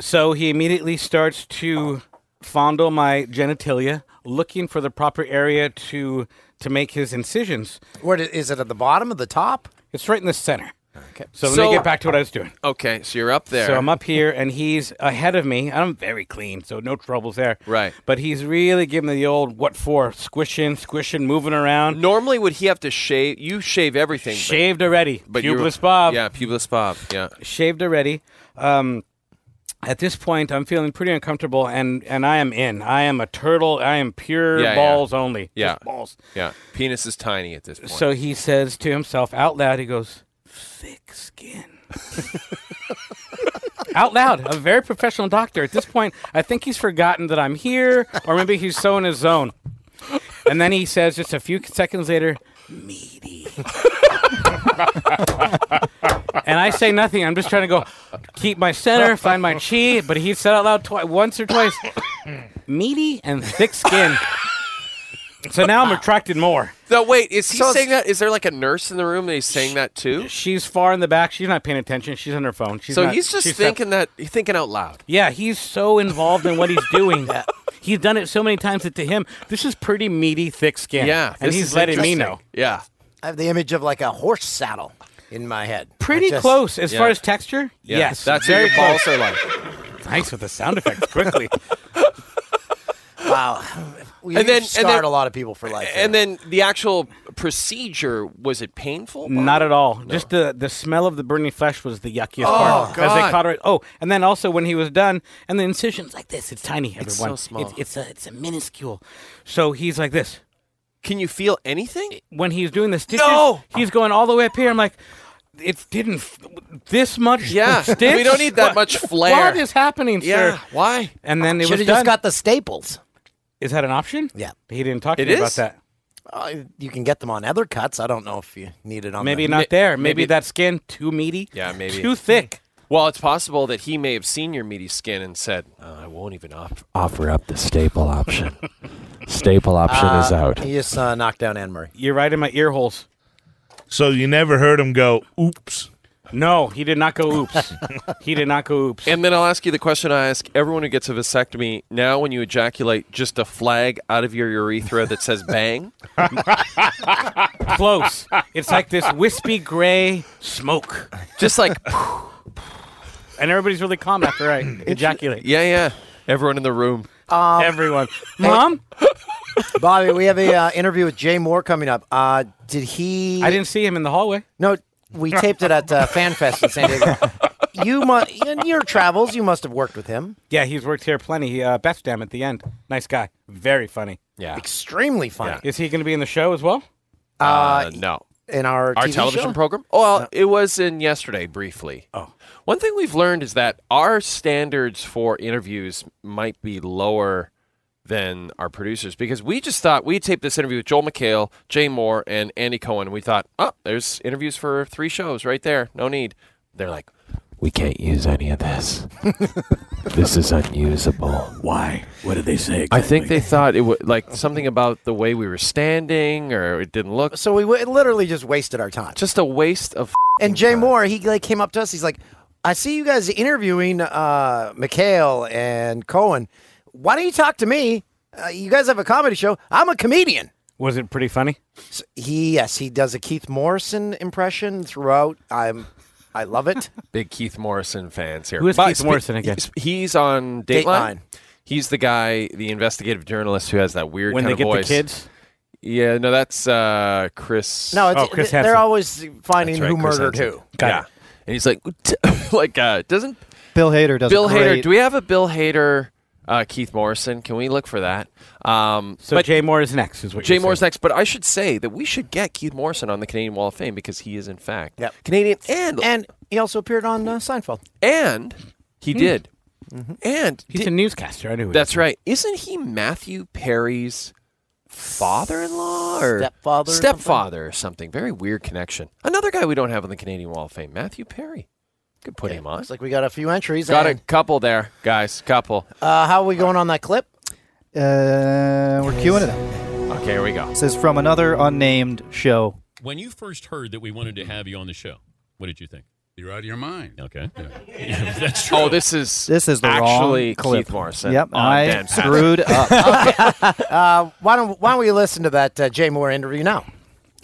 L: So he immediately starts to fondle my genitalia, looking for the proper area to to make his incisions.
D: Where did, is it at the bottom of the top?
L: It's right in the center.
D: Okay.
L: So let me get back to what I was doing.
C: Okay, so you're up there.
L: So I'm up here, and he's ahead of me. I'm very clean, so no troubles there.
C: Right.
L: But he's really giving the old what for, squishing, squishing, moving
C: (laughs)
L: around.
C: Normally, would he have to shave? You shave everything. but-
L: Shaved already.
C: But you're-
L: Pubeless Bob.
C: Yeah, pubeless Bob. Yeah.
L: Shaved already. Um, at this point, I'm feeling pretty uncomfortable, and, and I am in. I am a turtle. I am pure
C: Yeah, yeah.
L: balls only.
C: Yeah.
L: Just balls.
C: Yeah. Penis is tiny at this point.
L: So he says to himself out loud, he goes, thick skin. out loud. A very professional doctor. At this point, I think he's forgotten that I'm here, or maybe he's so in his zone. And then he says, just a few seconds later, meaty. (laughs) and I say nothing. I'm just trying to go keep my center, find my chi. But he said out loud twi- once or twice, meaty and thick skin. so now I'm attracted more.
C: No, wait. Is he
L: So it's-
C: saying that? Is there like a nurse in the room that he's saying that too?
L: She's far in the back. She's not paying attention. She's on her phone. She's
C: so
L: not-
C: he's just
L: she's
C: thinking that he's thinking out loud.
L: Yeah, he's so involved in what he's
C: (laughs)
L: doing. he's done it so many times that to him, this is pretty meaty, thick skin.
C: Yeah,
L: and
C: this
L: he's
C: is
L: letting me
C: interesting.
L: know.
C: Yeah.
D: I have the image of like a horse saddle in my head.
L: Pretty
D: I just-
L: close as
D: Yeah.
L: far as texture.
D: Yeah,
L: Yes,
C: That's what
L: very
C: your balls
L: close.
C: are like.
L: Thanks for the sound effects quickly.
D: Wow. We
C: and then
D: scarred
C: and then,
D: a lot of people for life.
C: And then the actual procedure was it painful?
L: (laughs) Not at all. Just the the smell of the burning flesh was the yuckiest
C: Oh,
L: part. As they
C: God.
L: caught it. Oh, and then also when he was done, and the incision's like this. It's tiny. Everyone.
C: It's so small.
L: It's, it's a it's a minuscule. So he's like this.
C: Can you feel anything
L: when he's doing the stitches? No. He's going all the way up here. I'm like. It didn't f- this much.
C: Yeah, we
L: stitch?
C: don't need that
L: What-
C: much flair.
L: What is happening, sir?
C: Yeah, why?
L: And then it
D: Should
L: was
D: have just
L: done.
D: got the staples.
L: Is that an option? Yeah. He didn't talk to
D: It
L: me about
D: is?
L: that.
D: Uh, you can get them on other cuts. I don't know if you need it on.
L: Maybe
D: the- (laughs)
L: not there. Maybe, that skin too meaty.
C: Yeah, maybe
L: too thick.
C: Well, it's possible that he may have seen your meaty skin and said, "Uh, "I won't even offer." Offer up the staple
L: (laughs)
C: option. staple option
D: Uh,
C: is out.
D: He just uh, knocked down Anne Murray.
L: You're right in my ear holes.
M: So you never heard him go, oops.
L: No, he did not go oops. he did not go oops.
C: And then I'll ask you the question I ask everyone who gets a vasectomy. Now, when you ejaculate, just a flag out of your urethra that says "bang."
L: Close. It's like this wispy gray smoke.
C: Just like (laughs)
L: and everybody's really calm after I ejaculate.
C: Yeah, yeah. Everyone in the room.
D: Um,
L: Everyone, mom,
D: Bobby, we have a uh, interview with Jay Moore coming up. Uh, did he?
L: I didn't see him in the hallway.
D: No, we taped it at uh, FanFest in San Diego. you must in your travels, you must have worked with him.
L: Yeah, he's worked here plenty. He, uh, Beth Dam at the end. Nice guy. Very funny.
C: Yeah.
D: Extremely funny.
L: Is he going to be in the show as well?
D: Uh,
C: no.
D: in our
C: our
D: TV
C: television
D: show?
C: program. Oh, well, it was in yesterday briefly.
L: Oh.
C: One thing we've learned is that our standards for interviews might be lower than our producers because we just thought we taped this interview with Joel McHale, Jay Moore, and Andy Cohen, and we thought, oh, there's interviews for three shows right there. No need. They're like, we can't use any of this. (laughs) this is unusable.
N: Why? What did they say?
C: I think they thought it was like something about the way we were standing, or it didn't look.
D: So we w- literally just wasted our time.
C: Just a waste of.
D: And Jay Moore, he like came up to us. He's like, "I see you guys interviewing uh, McHale and Cohen. Why don't you talk to me? Uh, you guys have a comedy show. I'm a comedian."
L: Was it pretty funny?
D: So he yes, he does a Keith Morrison impression throughout. I'm, I love
C: (laughs)
D: it.
C: Big Keith Morrison fans here.
L: Who is
C: But
L: Keith Morrison again?
C: He's, he's on Dateline.
L: Dateline.
C: He's the guy, the investigative journalist who has that weird
L: When
C: kind
L: they
C: of
L: get the
C: voice.
L: kids?
C: Yeah, no, that's uh, Chris.
D: No, it's, they're always finding
C: That's right,
D: who
C: Chris
D: murdered
C: Hansen.
D: who.
C: yeah. And he's like, (laughs) like, uh, doesn't
O: Bill Hader does
C: Bill
O: a great.
C: Hader? Do we have a Bill Hader? Uh, Keith Morrison. Can we look for that? Um,
L: So Jay Moore is next, is what
C: Jay
L: you're
C: Moore's next. But I should say that we should get Keith Morrison on the Canadian Wall of Fame because he is in fact
D: Yep.
C: Canadian and
D: and he also appeared on uh, Seinfeld.
C: And he
D: Hmm.
C: did. And
L: Mm-hmm. he's
C: did-
L: a newscaster. I knew. he was.
C: That's right. Isn't he Matthew Perry's father-in-law or
D: Stepfather or something?
C: stepfather or something? Very weird connection. Another guy we don't have on the Canadian Wall of Fame, Matthew Perry. Could put him on.
D: It's like we got a few entries.
C: Got a
D: and,
C: couple there, guys. Couple.
D: Uh, how are we going on that clip?
O: Uh, we're queuing it up.
C: Okay, here we go.
O: This is from another unnamed show.
P: When you first heard that we wanted to have you on the show, what did you think? You're out of your mind. Okay. That's true.
C: Oh, this is
O: This is the wrong
C: actually
O: clip.
C: Keith Morrison.
O: Yep,
C: Oh,
O: I
C: damn.
O: screwed up.
C: (laughs)
D: uh, why don't Why don't we listen to that uh, Jay Moore interview now?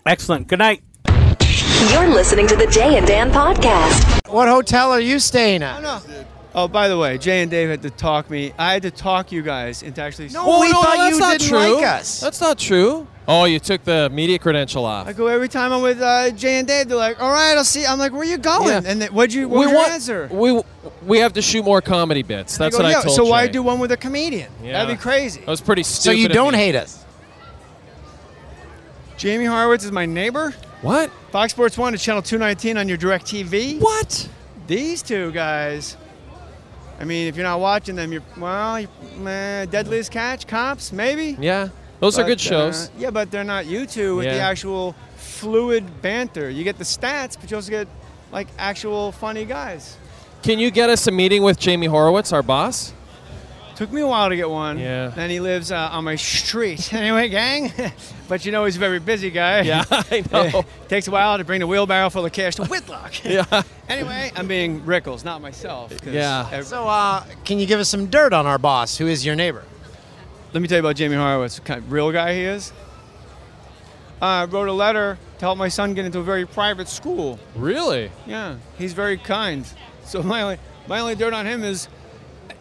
L: Excellent. Good night.
Q: You're listening to the Jay and Dan podcast.
D: What hotel are you staying at?
R: Oh, by the way, Jay and Dave had to talk me. I had to talk you guys into actually.
D: No,
C: Oh,
D: Well, we no, thought that's you not didn't true. like us.
R: That's not true.
N: Oh, you took the media credential off.
R: I go every time I'm with uh, Jay and Dave. They're like, "All right, I'll see." I'm like, "Where you going?" And then, what'd you? What
N: we
R: was your
N: want-
R: answer?
N: We we have to shoot more comedy bits. That's
R: go,
N: what
R: "Yeah,
N: I told
R: So why
N: Jay.
R: do one with a comedian?
N: Yeah.
R: That'd be crazy.
N: That was pretty stupid.
R: you
N: of
R: don't
N: me.
R: hate us? Jamie Horowitz is my neighbor. What? Fox Sports One to Channel 219 on your Direct TV. What? These two guys. I mean, if you're not watching them, you're well, you, uh, Deadliest Catch, Cops, maybe.
N: Yeah, those are
R: But,
N: good
R: uh,
N: shows.
R: yeah, but they're not you two with the
N: Yeah.
R: actual fluid banter. You get the stats, but you also get like actual funny guys.
N: Can you get us a meeting with Jamie Horowitz, our boss?
R: Took me a while to get one.
N: Yeah.
R: (laughs) Then he lives uh, on my street. anyway, gang. (laughs) but you know he's a very busy guy.
N: Yeah, I know.
R: (laughs) takes a while to bring the wheelbarrow full of cash to
P: (laughs)
R: Whitlock.
N: Yeah.
R: (laughs) anyway, I'm being Rickles, not myself. 'cause ev-
D: So, uh, can you give us some dirt on our boss, who is your neighbor?
R: Let me tell you about Jamie Horowitz, what kind of real guy he is. I wrote a letter to help my son get into a very private school.
N: Really?
R: Yeah, he's very kind. So my only, my only dirt on him is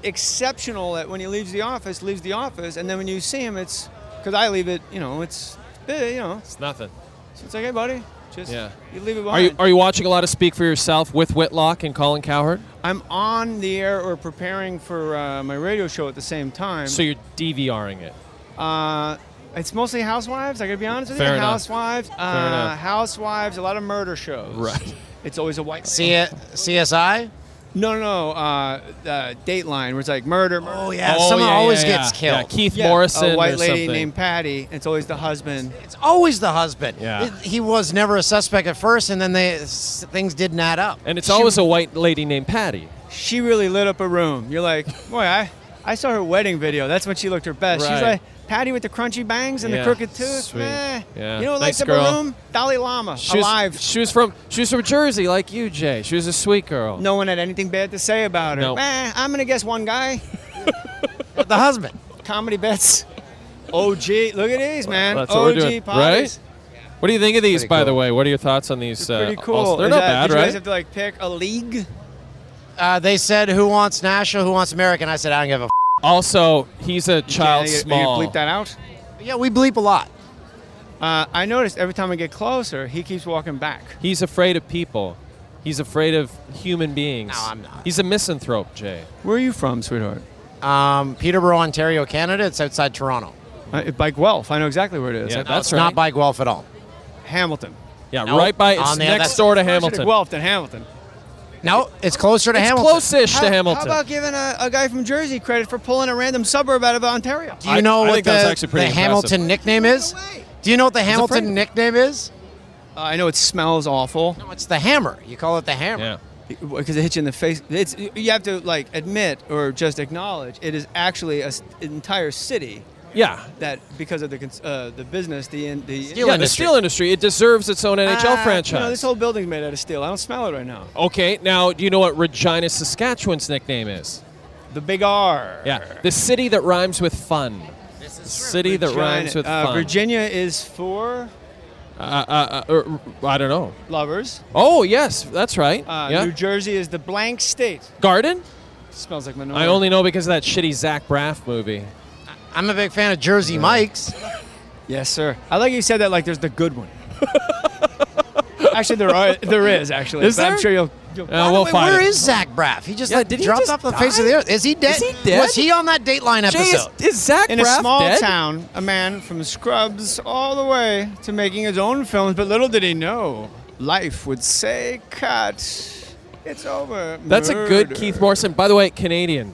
R: exceptional at when he leaves the office, leaves the office, and then when you see him, it's because I leave it. You know, it's eh, you know, it's
S: nothing.
R: So it's like, hey, buddy, just
C: Yeah.
R: you leave it
C: Are
R: behind.
C: you are you watching a lot of Speak for Yourself with Whitlock and Colin Cowherd?
R: I'm on the air or preparing for uh, my radio show at the same time.
C: So you're DVRing it.
R: Uh, it's mostly housewives. I gotta be honest with
C: Fair
R: you.
C: enough.
R: Housewives,
C: Fair
R: uh,
C: enough.
R: housewives, a lot of murder
E: Uh,
R: shows.
C: Right.
R: It's always a white.
D: C- CSI.
R: No, no, no. Uh, uh, Dateline, where it's like murder. murder.
D: Oh, yeah, Oh, someone yeah, always yeah, gets yeah. killed. Yeah, Keith Morrison
R: A white
D: or
R: lady
D: something.
R: named Patty. and It's always the husband.
D: It's always the husband.
R: Yeah.
D: It- he was never a suspect at first, and then they s- things didn't add up.
C: And it's always a white lady named Patty.
R: She really lit up a room. You're like, boy, I, I saw her wedding video. That's when she looked her best. She's
C: Right.
R: like Patty with the crunchy bangs and
C: Yeah,
R: the crooked tooth.
C: sweet.
R: meh.
C: Yeah,
R: You know what
C: nice
R: lights up
C: girl.
R: a room? Dalai Lama
C: She was-
R: alive.
C: she was from she was from Jersey, like you, Jay. She was a sweet girl.
R: No one had anything bad to say about her.
C: No.
R: Eh, I'm gonna guess one guy. (laughs) the husband. Comedy bets. OG. Look at these, man.
C: That's
R: OG
C: what we're doing,
R: parties.
C: right? What do you think of these,
R: Pretty
C: by
R: cool.
C: the way? What are your thoughts on these?
R: Pretty
C: uh,
R: cool.
C: also- they're
R: Is
C: not
R: that-
C: bad,
R: did You guys
C: right?
R: have to like pick a league.
D: Uh, they said, "Who wants national? Who wants American?" I said, "I don't give a." F-.
C: also, he's a child
R: you,
C: small.
R: You bleep that out.
D: Yeah, we bleep a lot.
R: Uh, I noticed every time I get closer, he keeps walking back.
C: He's afraid of people. He's afraid of human beings. No, I'm not. He's a misanthrope, Jay.
R: Where are you from, sweetheart?
D: Um, Peterborough, Ontario, Canada. It's outside Toronto.
R: Uh, by Guelph. I know exactly where it is.
D: Yeah, No, that's it's not right. by Guelph at all.
R: Hamilton.
C: Yeah,
D: Nope. right by- it's On the- next that's- door to
R: Closer
D: Hamilton.
R: Guelph than Hamilton.
D: No, it's closer to
R: It's
D: Hamilton.
R: How- How about giving a, a guy from Jersey credit for pulling a random suburb out of Ontario?
D: Do you know what the, the Hamilton nickname is? Do you know what the Hamilton nickname is?
R: Uh, I know it smells awful.
D: No, it's the hammer. You call it the hammer.
R: Because it hits you in the face. It's you have to like admit or just acknowledge it is actually a s an entire city.
C: Yeah.
R: That because of the cons- uh, the business, the in, the
C: yeah, the steel industry. It deserves its own NHL
R: Ah,
C: franchise.
R: You know, this whole building's made out of steel. I don't smell it right now.
C: okay, now do you know what Regina, Saskatchewan's nickname is?
R: The Big R.
C: Yeah, the city that rhymes with fun. The city that
R: Regina-
C: rhymes with
R: uh,
C: fun.
R: Virginia is for
C: Uh, uh, uh, uh, I don't know.
R: lovers.
C: Oh yes, that's right.
R: Uh,
C: yeah.
R: New Jersey is the blank state.
C: Garden.
R: Smells like manure.
C: I only know because of that shitty Zach Braff movie.
D: I'm a big fan of Jersey Mike's.
R: Yes, sir. I like you said that like there's the good one. actually, there are. There is actually.
D: Is
R: but I'm
D: there?
R: sure you'll. you'll
D: By the way, where is Zach Braff? He just
R: Yeah,
D: like,
R: did he
D: dropped
R: just
D: off the face of the
R: die?
D: earth. Is he dead?
R: Is he dead?
D: Was he on that Dateline
R: Jay, is-
D: episode?
C: is Zach
R: in a small town, a man from Scrubs all the way to making his own films, but little did he know, life would say cut. It's over.
C: That's a good
R: Murder.
C: Keith Morrison. By the way, Canadian.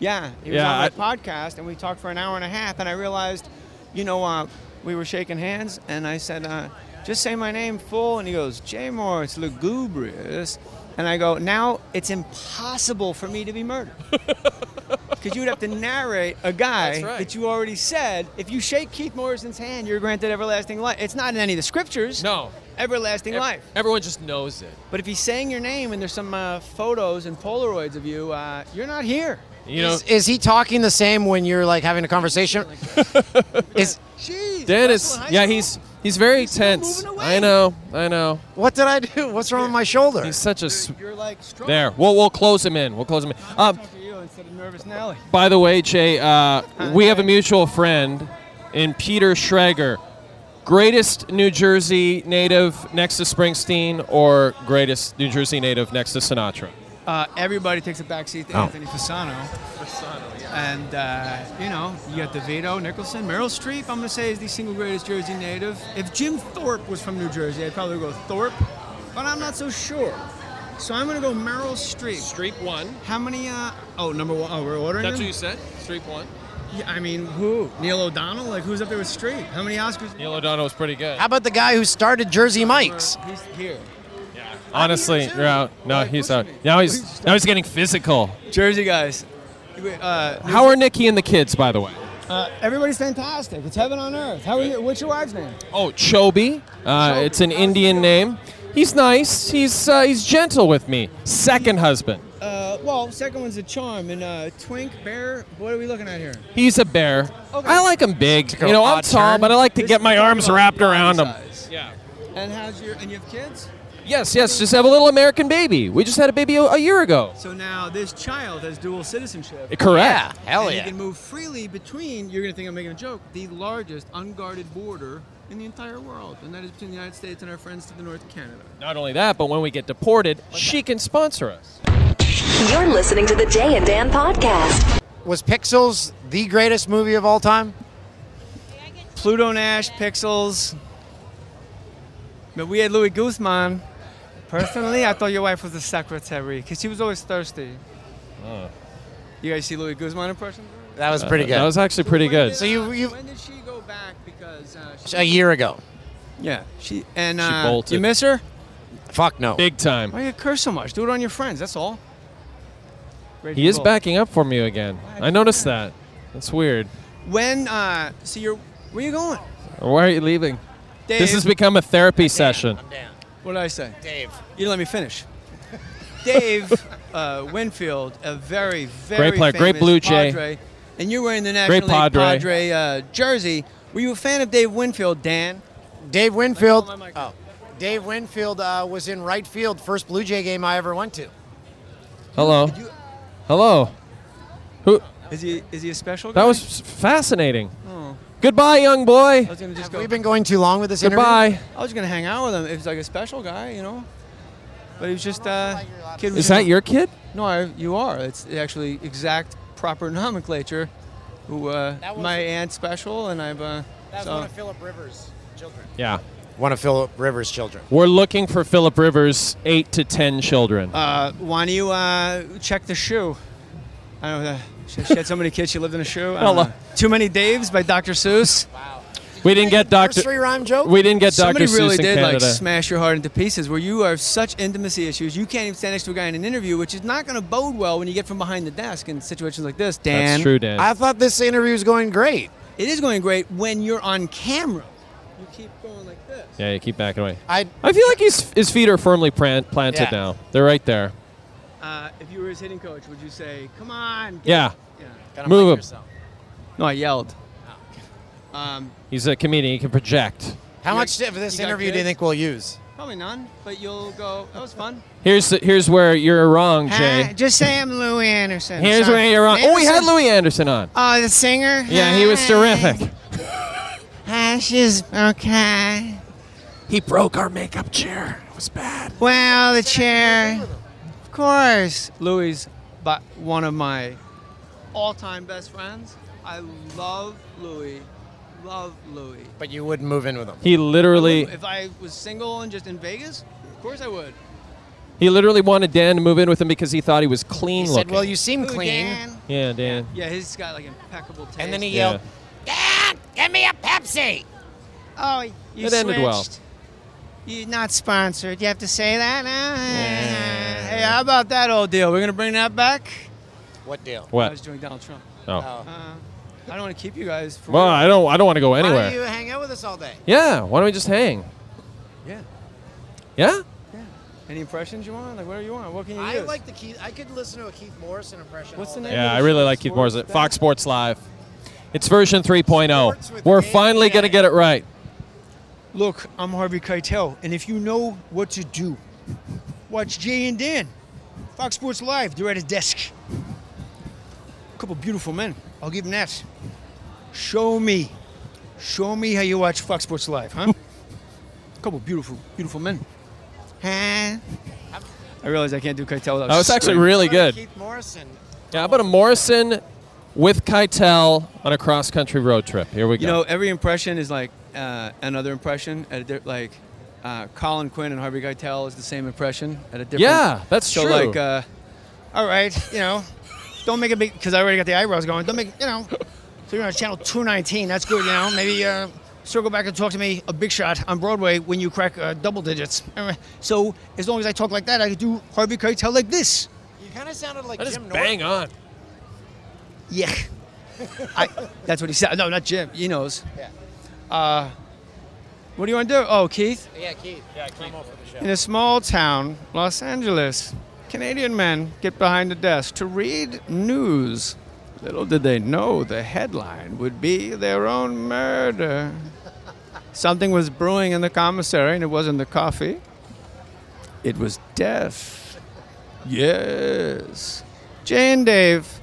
R: Yeah, he was
C: Yeah,
R: on my podcast, and we talked for an hour and a half, and I realized, you know, uh, we were shaking hands, and I said, uh, just say my name full, and he goes, J. Moore, it's lugubrious. And I go, now it's impossible for me to be
C: (laughs)
R: murdered. Because you would have to narrate a guy
C: That's right.
R: that you already said, if you shake Keith Morrison's hand, you're granted everlasting life. It's not in any of the scriptures.
C: No.
R: Everlasting
C: Ev-
R: life.
C: Everyone just knows it.
R: But if he's saying your name and there's some uh, photos and Polaroids of you, uh, you're not here.
C: You
D: Is, is he talking the same when you're like having
C: (laughs)
D: a conversation? is
C: Dan is. Yeah, he's he's very tense. I know. I know.
D: what did I do? What's wrong with my shoulder?
C: He's such a. s- there. We'll we'll close him in. We'll close him in. Um,
R: Nervous Nelly.
C: By the way, Jay, uh, we have a mutual friend in Peter Schrager, greatest New Jersey native next to Springsteen, or greatest New Jersey native next to Sinatra.
R: Uh, everybody takes a backseat to
C: Oh.
R: Anthony Fasano. Fasano, yeah. And, uh, you know, you got DeVito, Nicholson, Meryl Streep, I'm going to say, is the single greatest Jersey native. If Jim Thorpe was from New Jersey, I'd probably go Thorpe, but I'm not so sure. So I'm going to go Meryl Streep.
C: Streep one.
R: How many? Uh, oh, number one. Oh, we're ordering them?
C: said. Streep one.
R: Yeah, I mean, who? Neil O'Donnell? Like, who's up there with Streep? How many Oscars?
C: Neil O'Donnell was pretty good.
D: How about the guy who started Jersey Mike's?
R: He's here.
C: Uh, Honestly, you're out. No, he's out. Now he's now he's getting physical.
R: Jersey guys. Uh,
C: How are Nikki and the kids, by the way?
R: uh, everybody's fantastic. It's heaven on earth. How are you? What's your wife's name?
C: Oh, Chobi. Uh, it's an Indian name. He's nice. He's uh, he's gentle with me. Second husband.
R: Uh, well, second one's a charm, and uh, Twink Bear. What are we looking at here?
C: He's a bear. I like him big.
R: Took a
C: You know, I'm
R: odd
C: tall,
R: turn.
C: but I like to
R: This
C: get
R: is
C: my
R: talking
C: arms
R: about
C: wrapped
R: body
C: around him.
R: size.
C: Yeah.
R: And how's your? And you have kids?
C: Yes, yes, just have a little American baby. We just had a baby a, a year ago.
R: So now this child has dual citizenship.
C: Correct. Yeah, hell
R: and
C: yeah.
R: He can move freely between. You're gonna think I'm making a joke. The largest unguarded border in the entire world, and that is between the United States and our friends to the north of Canada.
C: Not only that, but when we get deported, she can sponsor us.
Q: You're listening to the Jay and Dan podcast.
D: Was Pixels the greatest movie of all time?
R: Pluto Nash, Pixels. But we had Louis Guzman. Personally, I thought your wife was a secretary because she was always thirsty.
C: Oh.
R: You guys see Louis Guzman in person?
D: That was pretty
C: Uh,
D: good.
C: That was actually pretty good.
D: So you you
R: When did she go back? Because uh, she-
D: a year ago.
R: Yeah, she and
D: She
R: uh,
D: bolted.
R: you miss her?
D: Fuck no.
C: Big time.
R: Why you curse so much? Do it on your friends. That's all. Great
C: He is
R: people.
C: backing up from you again. I noticed that. That's weird.
R: When uh, so you're where you going?
C: Why are you leaving?
R: Dave.
C: This has become a therapy session.
R: What did I say? Dave. You didn't let me finish.
D: (laughs)
R: Dave uh, Winfield, a very, very
C: Great player, great
R: famous
C: Blue Jay.
R: Padre, and you're wearing the National League
C: Padre.
R: Padre uh, jersey. Were you a fan of Dave Winfield, Dan?
D: Dave Winfield. Oh, Dave Winfield uh, was in right field, first Blue Jay game I ever went to.
C: Hello. Hello. Who?
R: Is he is he a special guy?
C: That was s- fascinating.
R: Oh.
C: Goodbye, young boy.
R: I was gonna just
D: Have we been going too long with this interview?
C: Goodbye.
R: I was gonna hang out with him. It was like a special guy, you know. But he was just uh, kid. was
C: Is
R: in
C: that
R: a-
C: your kid?
R: No, I, you are. It's actually exact proper (laughs) nomenclature. Who uh, my aunt special, and I've uh, so-
D: Philip Rivers' children.
C: Yeah.
D: One of Philip Rivers' children.
C: We're looking for Philip Rivers' eight to ten children.
R: Uh, why don't you uh, check the shoe? I don't know. (laughs) uh, She, she had so many kids. She lived in a shoe. I don't
C: Hello.
R: know. Too many Daves by Dr. Seuss.
C: we didn't get Doctor.
D: nursery rhyme joke?
C: We didn't get Doctor
R: Somebody
C: Seuss
R: really
C: in
R: did
C: Canada.
R: like smash your heart into pieces. Where you have such intimacy issues, you can't even stand next to a guy in an interview, which is not going to bode well when you get from behind the desk in situations like this. Dan,
C: true, Dan.
D: I thought this interview was going great.
R: It is going great when you're on camera. You keep going like this.
C: yeah, you keep backing away.
D: I
C: I feel like his his feet are firmly plant, planted
R: Yeah.
C: now. They're right there.
R: Uh, if you were his hitting coach, would you say, "Come on"? get
C: Yeah.
R: it"?
C: Move him.
R: No, I yelled. Um,
C: He's a comedian. He can project.
D: How
R: You
D: much
R: got-
D: of this
R: you got
D: interview do you
R: kids?
D: think we'll use?
R: Probably none, but you'll go. That was
C: (laughs)
R: fun.
C: Here's the, here's where you're wrong, Jay.
R: just say I'm Louis Anderson.
C: Here's where you're wrong. Oh, we had Louis Anderson on.
R: Oh, the singer.
C: Yeah, he was terrific.
R: Hi, she's okay.
C: He broke our makeup chair. It was bad.
R: Well, the chair. Of course. Louis, but one of my all-time best friends. I love Louis. Love Louis.
D: But you wouldn't move in with him.
C: He literally
R: If I was single and just in Vegas, of course I would.
C: he literally wanted Dan to move in with him because he thought he was clean
D: He
C: looking.
D: said, "Well, you seem
R: Louis
D: clean."
R: Dan.
C: yeah, Dan.
R: Yeah, he's got like impeccable taste.
D: And then he
C: Yeah.
D: yelled, "Give me a Pepsi."
R: "Oh, you
C: it ended well.
R: You're not sponsored. You have to say that. Hey, how about that old deal? We're gonna bring that back.
D: What deal?
C: What?
R: I was doing Donald Trump.
C: Oh. Oh.
R: Uh, I don't want to keep you guys. For
C: Well,
R: real.
C: I don't I don't want to go anywhere.
D: Why do you hang out with us all day?
C: yeah, why don't we just hang?
R: Yeah.
C: Yeah?
R: Any impressions you want? Like, what do you want? What can you
D: I
R: use?
D: like the Keith. I could listen to a Keith Morrison impression.
R: What's the name?
C: Yeah, I really like Keith Morrison. Fox Sports Live. It's version 3.0.
R: with
C: We're
R: Dan
C: finally going to get it right.
R: Look, I'm Harvey Keitel, and if you know what to do, watch Jay and Dan, Fox Sports Live. They're at a desk. A couple beautiful men. I'll give them that. Show me, show me how you watch Fox Sports Live, huh? A couple beautiful, beautiful men. Huh? I realize I can't do Keitel without.
C: That was actually
R: screaming.
C: really good.
D: Keith Morrison.
C: Yeah, how about a Morrison with Keitel on a cross country road trip? Here we go.
R: You know, every impression is like uh, another impression. At a di- like uh, Colin Quinn and Harvey Keitel is the same impression at a different.
C: Yeah, that's
R: so
C: true.
R: Like, uh, all right, you know, don't make a big because I already got the eyebrows going. Don't make you know. So you're on channel 219. That's good, you know. Maybe uh, circle back and talk to me a big shot on Broadway when you crack uh, double digits. Uh, So as long as I talk like that, I can do Harvey Keitel like this.
D: You kind of sounded like
C: That is
D: Jim
C: bang on.
R: Yeah. I, that's what he said. No, not Jim. He knows.
D: Yeah.
R: Uh, what do you want to do? Oh, Keith.
D: Norton. Yeah, Keith. Yeah, Keith. Come over the show.
R: In a small town, Los Angeles, Canadian men get behind a desk to read news. Little did they know the headline would be their own murder. Something was brewing in the commissary, and it wasn't the coffee. It was death. Yes. Jay and Dave,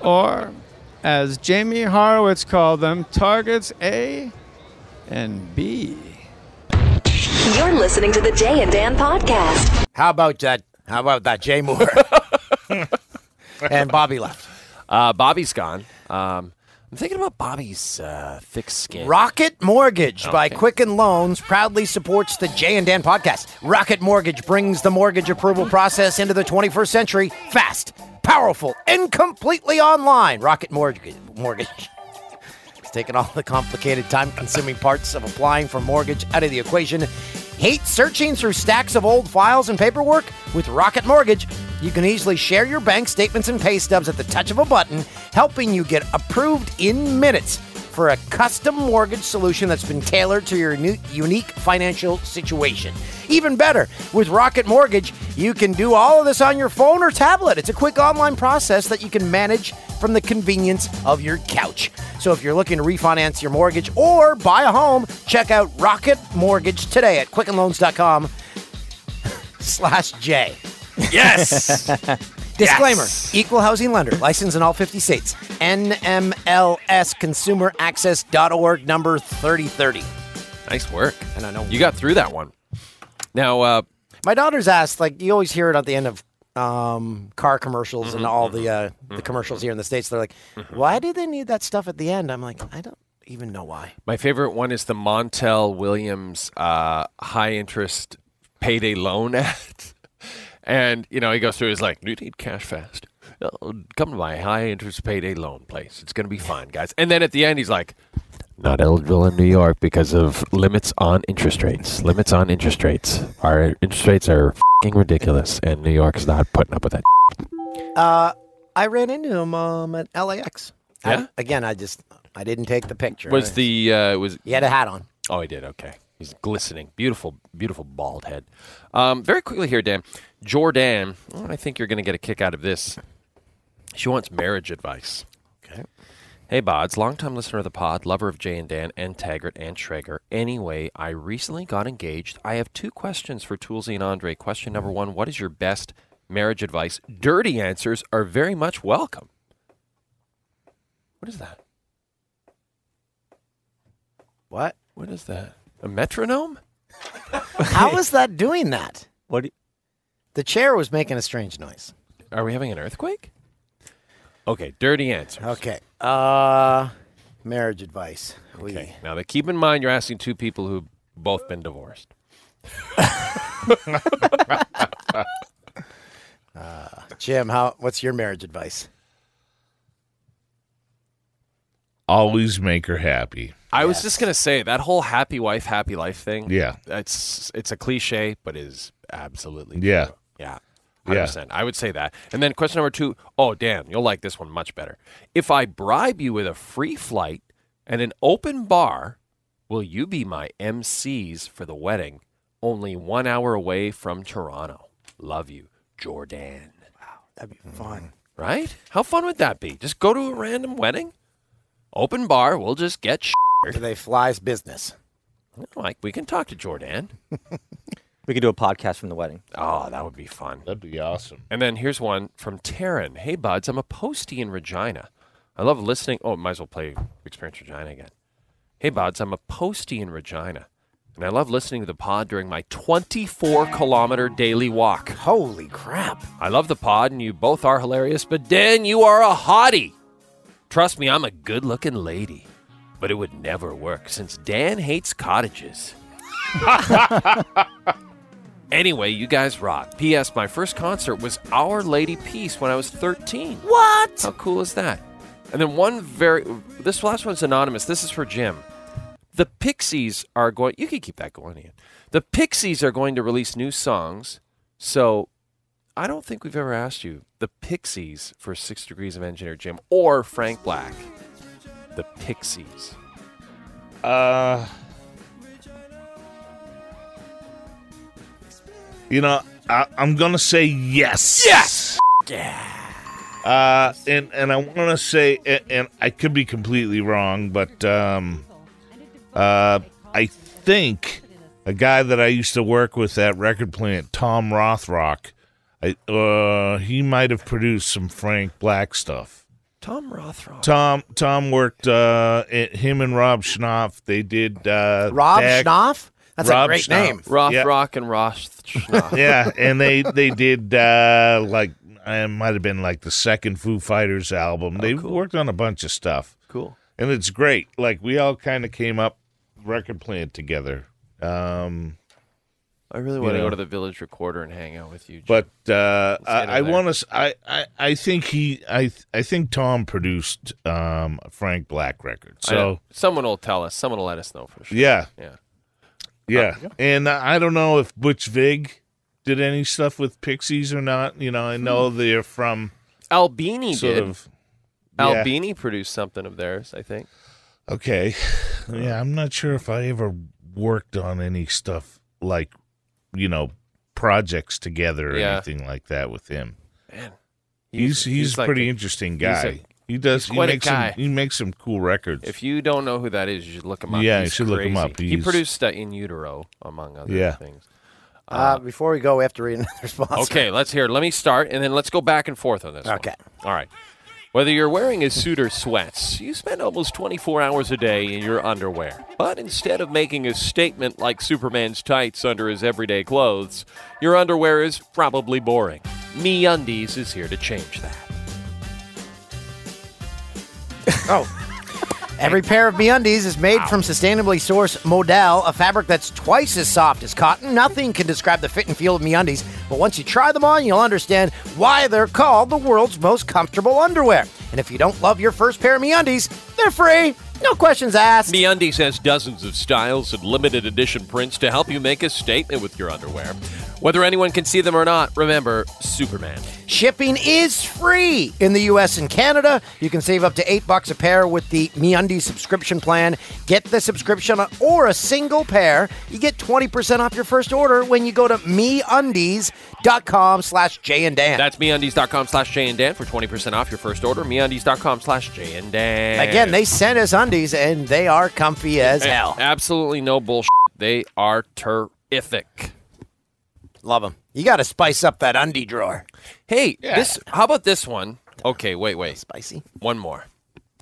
R: or as Jamie Horowitz called them, targets A and B.
Q: You're listening to the Jay and Dan podcast.
D: How about that? How about that, Jay (laughs) Moore? and Bobby left.
C: Uh, Bobby's gone. Um, I'm thinking about Bobby's uh, thick skin.
D: Rocket Mortgage by
C: Okay.
D: Quicken Loans proudly supports the Jay and Dan podcast. Rocket Mortgage brings the mortgage approval process into the 21st century fast, powerful, and completely online. Rocket Mortgage. Mortgage. It's taken all the complicated, time consuming parts of applying for mortgage out of the equation. Hate searching through stacks of old files and paperwork? With Rocket Mortgage, you can easily share your bank statements and pay stubs at the touch of a button, helping you get approved in minutes for a custom mortgage solution that's been tailored to your new, unique financial situation. Even better, with Rocket Mortgage, you can do all of this on your phone or tablet. It's a quick online process that you can manage from the convenience of your couch. So if you're looking to refinance your mortgage or buy a home, check out Rocket Mortgage today at quickenloans.com (laughs) slash J.
G: Yes!
D: Disclaimer
G: Yes.
D: Equal housing lender, licensed in all 50 states. NMLSconsumeraccess.org, number 3030.
C: (laughs) Nice work. And
D: I know
C: you got through that one. Now, uh,
D: My daughter's asked, like, you always hear it at the end of um, car commercials and
C: Mhm,
D: all the uh, the
C: mm-hmm.
D: commercials here in the States. They're like, why do they need that stuff at the end? I'm like, I don't even know why.
C: my favorite one is the Montel Williams uh, high interest payday loan (laughs) ad. and, you know, he goes through, he's like, you need cash fast. Oh, Come to my high interest payday loan place. It's going to be fine, guys. And then at the end, he's like, not eligible in New York because of limits on interest rates. Limits on interest rates. Our interest rates are fing ridiculous, and New York's not putting up with that.
D: Uh, I ran into him um, at LAX. I-
C: Yeah?
D: again, I just I didn't take the picture.
C: Was the uh, was
D: he had a hat on?
C: Oh, he did. Okay, he's glistening, beautiful, beautiful bald head. Um, very quickly here, Dan. Jordan, well, I think you're going to get a kick out of this. She wants marriage advice. Okay. Hey, Bods, longtime listener of the pod, lover of Jay and Dan and Taggart and Schrager. Anyway, I recently got engaged. I have two questions for Toolsy and Andre. Question number one What is your best marriage advice? Dirty answers are very much welcome. What is that?
D: What?
C: What is that? A metronome? (laughs)
D: How was that doing that?
H: What?
D: The chair was making a strange noise.
C: Are we having an earthquake? Okay, dirty answers.
D: Okay. Uh, marriage advice. We-
C: Okay. Now, that keep in mind, you're asking two people who've both been divorced.
D: uh, Jim, how? What's your marriage advice?
M: Always make her happy.
C: I was just gonna say that whole happy wife, happy life thing.
M: Yeah.
C: that's it's a cliche, but is absolutely
M: Yeah.
C: true. yeah.
M: Yeah.
C: 100%. I would say that. And then question number two, oh, Dan, you'll like this one much better. If I bribe you with a free flight and an open bar, will you be my MCs for the wedding? Only one hour away from Toronto. Love you, Jordan.
D: That'd be fun.
C: Mm-hmm. Right? How fun would that be? Just go to a random wedding, open bar. We'll just get.
D: Do they flies business?
C: Like we can talk to Jordan.
H: We could do a podcast from the wedding.
C: Oh, that would be fun.
M: That'd be awesome.
C: And then here's one from Taryn. Hey, buds, I'm a postie in Regina. I love listening. Oh, might as well play Experience Regina again. Hey, buds, I'm a postie in Regina, and I love listening to the pod during my 24 kilometer daily walk.
D: Holy crap.
C: I love the pod, and you both are hilarious, but Dan, you are a hottie. Trust me, I'm a good looking lady, but it would never work since Dan hates cottages. (laughs) Anyway, you guys rock. P.S. My first concert was Our Lady Peace when I was 13.
D: What?
C: How cool is that? And then one very. This last one's anonymous. This is for Jim. The Pixies are going. You can keep that going, Ian. The Pixies are going to release new songs. So I don't think we've ever asked you the Pixies for Six Degrees of Engineer Jim or Frank Black. The Pixies.
M: Uh, you know, I, I'm gonna say yes. Yes. Uh, and and I want to say, and, and I could be completely wrong, but um, uh, I think a guy that I used to work with at record plant, Tom Rothrock. I, uh, he might have produced some Frank Black stuff.
C: Tom Rothrock.
M: Tom Tom worked uh, at him and Rob Schnoff. They did uh,
D: Rob
M: Dag-
D: Schnoff? That's
M: Rob
D: a great
M: Schnoff.
D: name.
C: Roth
M: Yeah.
C: Rock and Roth Schnoff.
M: yeah, and they they did uh, like it might have been like the second Foo Fighters
C: Oh,
M: album. they worked on a bunch of stuff.
C: (laughs) Cool.
M: and it's great. Like we all kind of came up record plant together. Um,
C: I really
M: you
C: want to
M: know.
C: go to the village recorder and hang out with you.
M: But uh, I, I
C: there.
M: want to. I, I I think he. I I think Tom produced um, a Frank Black record.
C: I know.
M: So
C: someone will tell us. Someone will let us know for sure.
M: yeah,
C: Yeah. Uh,
M: yeah. and I don't know if Butch Vig did any stuff with Pixies or not. You know, I know they're from.
C: Albini
M: Sort
C: Hmm. did.
M: of- yeah.
C: Albini produced something of theirs, I think.
M: Okay. Yeah, I'm not sure if I ever worked on any stuff like, you know, projects together or
C: Yeah.
M: anything like that with him.
C: Man.
M: He's he's,
C: he's
M: a
C: like
M: pretty
C: a-
M: interesting
C: he's a-
M: guy. he does
C: he's
M: he
C: quite a
M: makes
C: guy.
M: some he makes some cool records.
C: If you don't know who that is, you should look him up.
M: Yeah, you
C: He's
M: should look him
C: crazy.
M: up.
C: He
M: He's-
C: produced uh, In Utero, among other
M: Yeah.
C: things.
D: Uh, before we go, we have to read another response. (laughs)
C: Okay, let's hear. it. Let me start, and then let's go back and forth on this. Okay. All right. Whether you're wearing a suit or sweats, you spend almost 24 hours a day in your underwear. But instead of making a statement like Superman's tights under his everyday clothes, your underwear is probably boring. Me Undies is here to change that.
D: Oh. Every pair of MeUndies is made from sustainably sourced Modal, a fabric that's twice as soft as cotton. Nothing can describe the fit and feel of MeUndies, but once you try them on, you'll understand why they're called the world's most comfortable underwear. And if you don't love your first pair of MeUndies, they're free, no questions asked.
C: MeUndies has dozens of styles and limited edition prints to help you make a statement with your underwear. Whether anyone can see them or not, remember Superman.
D: Shipping is free in the US and Canada. You can save up to 8 bucks a pair with the MeUndies subscription plan. Get the subscription or a single pair. You get 20% off your first order when you go to MeUndies.com slash J and Dan.
C: That's MeUndies.com slash Jay and Dan for 20% off your first order. MeUndies.com slash Jay and Dan.
D: Again, they sent us undies and they are comfy as
C: A-
D: hell.
C: Absolutely no bullshit. They are terrific.
D: Love them. You got to spice up that undie drawer.
C: Hey, this. How about this one? Okay, wait, wait.
D: Spicy.
C: One more.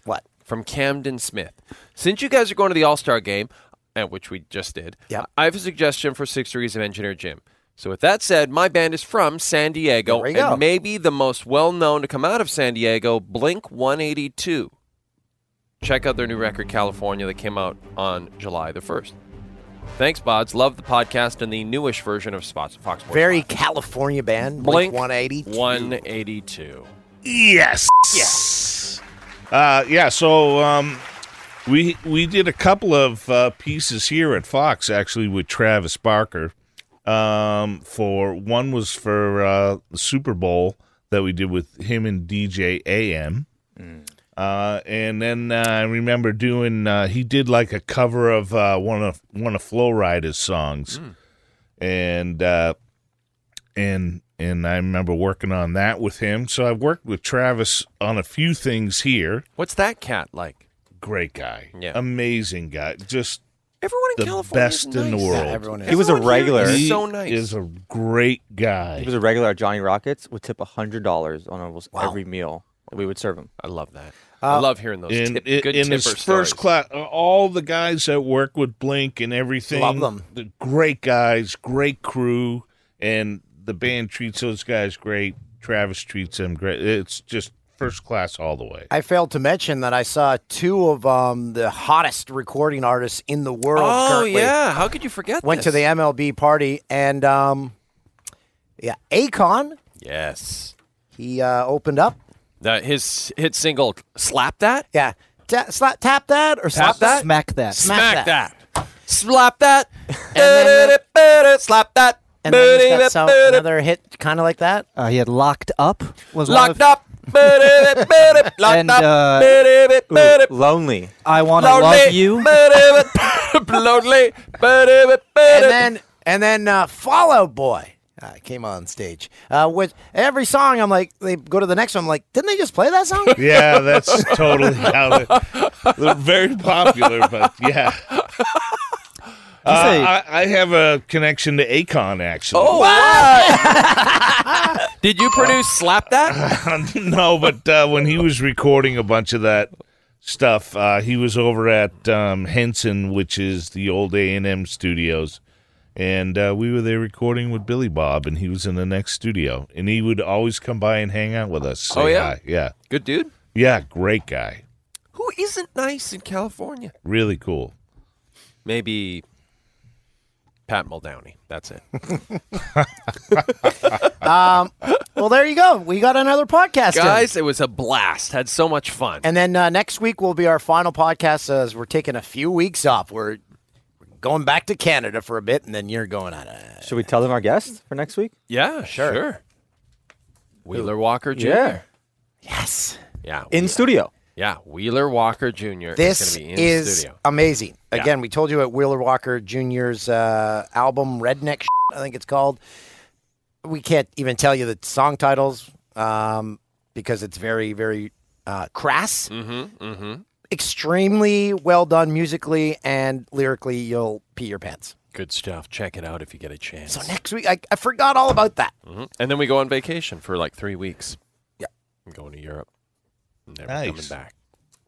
D: What?
C: From Camden Smith. Since you guys are going to the All Star game, uh, which we just did, yeah. I have a suggestion for Six Degrees of Engineer Jim. So, with that said, my band is from San Diego,
D: There we
C: and
D: go.
C: maybe the most well known to come out of San Diego, Blink 182. Check out their new record, California, that came out on July the 1st. Thanks, Bods. Love the podcast and the newish version of Spots Fox Sports.
D: Very California band.
C: Blink
D: 180.
C: 182.
M: Yes. Yes. Uh, yeah. So um, we we did a couple of uh, pieces here at Fox actually with Travis Barker. Um, for one was for uh, the Super Bowl that we did with him and DJ AM. Uh, and then uh, I remember doing uh, he did like a cover of uh, one of one of Flow Rider's songs, and uh, and and I remember working on that with him. So I've worked with Travis on a few things here.
C: What's that cat like?
M: Great guy,
C: Yeah.
M: amazing guy, just
C: everyone
M: in the California best in the world.
C: everyone
H: He was a regular.
M: He Is a great guy.
H: He was a regular at Johnny Rockets. Would tip hundred dollars on almost every meal that we would serve him.
C: I love that. I love hearing those
M: in,
C: tip,
M: in-
C: good
M: in
C: tipper
M: his first
C: stories.
M: class, all the guys that work with Blink and everything,
D: Love them.
M: The great guys, great crew, and the band treats those guys great. Travis treats them great. It's just first class all the way.
D: I failed to mention that I saw two of um, the hottest recording artists in the world.
C: Oh
D: currently.
C: yeah, how could you forget?
D: Went to the
C: this?
D: MLB party and um, yeah, Akon.
C: yes.
D: He uh, opened up.
C: That his hit single "Slap That."
D: Yeah, Ta- slap, tap that or slap
C: Tap that?
O: Smack that.
C: Smack that. Slap that. Slap that.
D: And then he's got some, another hit kind of like that.
C: Oh,
O: Uh, he had locked up. Was one of-
D: Locked up.
C: (laughs) Locked
O: and, uh,
H: Ooh, lonely.
D: Uh,
O: I want to love you.
C: (laughs) Lonely.
D: and then and then uh, Fallout Boy uh, came on stage. Uh, with every song, I'm like, they go to the next one. I'm like, didn't they just play
C: (laughs)
D: that song?
M: Yeah, that's (laughs) totally how they, they're very popular. But yeah, Uh,
R: say-
M: I, I have a connection to Akon, actually. (laughs)
G: Oh,
C: (laughs)
G: wow. Did you produce Slap That?
M: no, but uh, when he was recording a bunch of that stuff, uh, he was over at um, Henson, which is the old A and M studios, and uh, we were there recording with Billy Bob, and he was in the next studio, and he would always come by and hang out with us. say
C: Oh, yeah?
M: hi. yeah,
C: Good dude.
M: yeah, great guy,
C: Who isn't nice in California?
M: really cool.
C: Maybe Pat Muldowney. That's it.
D: Um, well, there you go. We got another podcast. in.
C: Guys, it was a blast. Had so much fun.
D: And then uh, next week will be our final podcast as we're taking a few weeks off. We're we're going back to Canada for a bit, and then you're going on a
H: Should we tell them our guest for next week?
C: Yeah, sure. Wheeler Walker Jr.
H: Yeah.
D: Yes.
C: Yeah.
H: In studio.
C: Yeah. Wheeler Walker Jr.
D: This
C: is, gonna be in
D: is
C: studio.
D: amazing.
C: Yeah.
D: Again, we told you at Wheeler Walker Jr.'s uh, album Redneck, I think it's called. We can't even tell you the song titles um, because it's very, very uh, crass.
C: Mm-hmm. Mm-hmm.
D: Extremely well done musically and lyrically. You'll pee your pants.
C: Good stuff. Check it out if you get a chance.
D: So next week, I, I forgot all about that.
C: hmm And then we go on vacation for like three weeks.
D: Yeah.
C: I'm going to Europe. I'm Never
D: Nice.
C: coming back.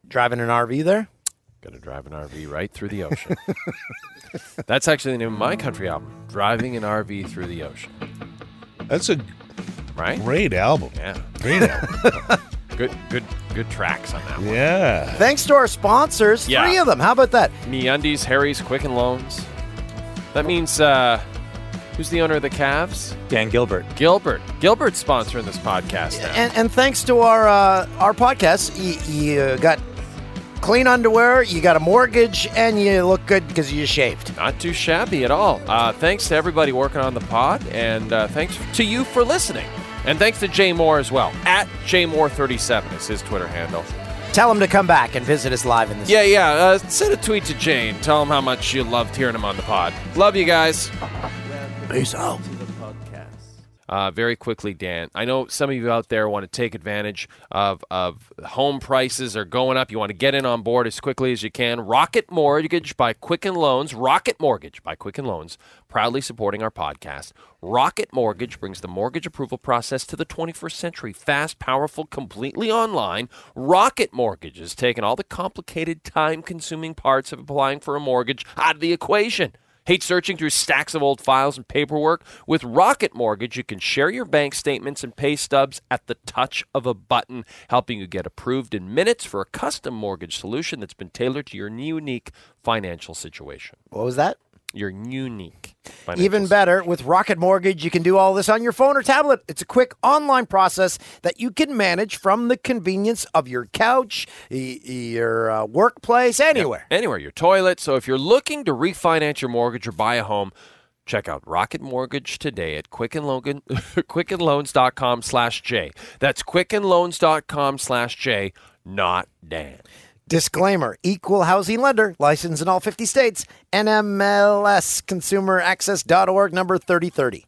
D: Driving an RV there.
C: Gonna drive an RV right through the ocean. (laughs) That's actually the name of my country album, Driving an RV Through the Ocean.
M: That's a
C: right?
M: great album.
C: Yeah.
M: Great album.
C: good, good, good tracks on that one.
M: (laughs) Yeah.
D: Thanks to our sponsors,
C: Yeah.
D: three of them. How about that?
C: MeUndies, Harry's, Quicken Loans. That means uh, who's the owner of the Cavs?
H: Dan Gilbert.
C: Gilbert. Gilbert's sponsoring this podcast now.
D: And, and thanks to our uh, our podcast, you, you uh, got clean underwear, you got a mortgage, and you look good because you shaved.
C: Not too shabby at all. Uh, thanks to everybody working on the pod, and uh, thanks to you for listening. And thanks to Jay Moore as well. At Jay Moore37 is his Twitter handle.
D: Tell them to come back and visit us live in the.
C: Yeah, yeah. Uh, send a tweet to Jane. Tell him how much you loved hearing him on the pod. Love you guys.
D: Peace out.
C: Uh, very quickly, Dan. I know some of you out there want to take advantage of of home prices are going up. You want to get in on board as quickly as you can. Rocket Mortgage by Quicken Loans. Rocket Mortgage by Quicken Loans, proudly supporting our podcast. Rocket Mortgage brings the mortgage approval process to the 21st century. Fast, powerful, completely online. Rocket Mortgage has taken all the complicated, time consuming parts of applying for a mortgage out of the equation. Hate searching through stacks of old files and paperwork? With Rocket Mortgage, you can share your bank statements and pay stubs at the touch of a button, helping you get approved in minutes for a custom mortgage solution that's been tailored to your unique financial situation.
D: What was that?
C: Your unique financial
D: Even better, with Rocket Mortgage, you can do all this on your phone or tablet. It's a quick online process that you can manage from the convenience of your couch, y- your uh, workplace, anywhere.
C: Anywhere, your toilet. So if you're looking to refinance your mortgage or buy a home, check out Rocket Mortgage today at (laughs) quickenlogan, quickenloans.com slash J. That's quickenloans.com slash J, not Dan.
D: Disclaimer Equal housing lender, licensed in all 50 states, NMLS, consumeraccess.org, number 3030.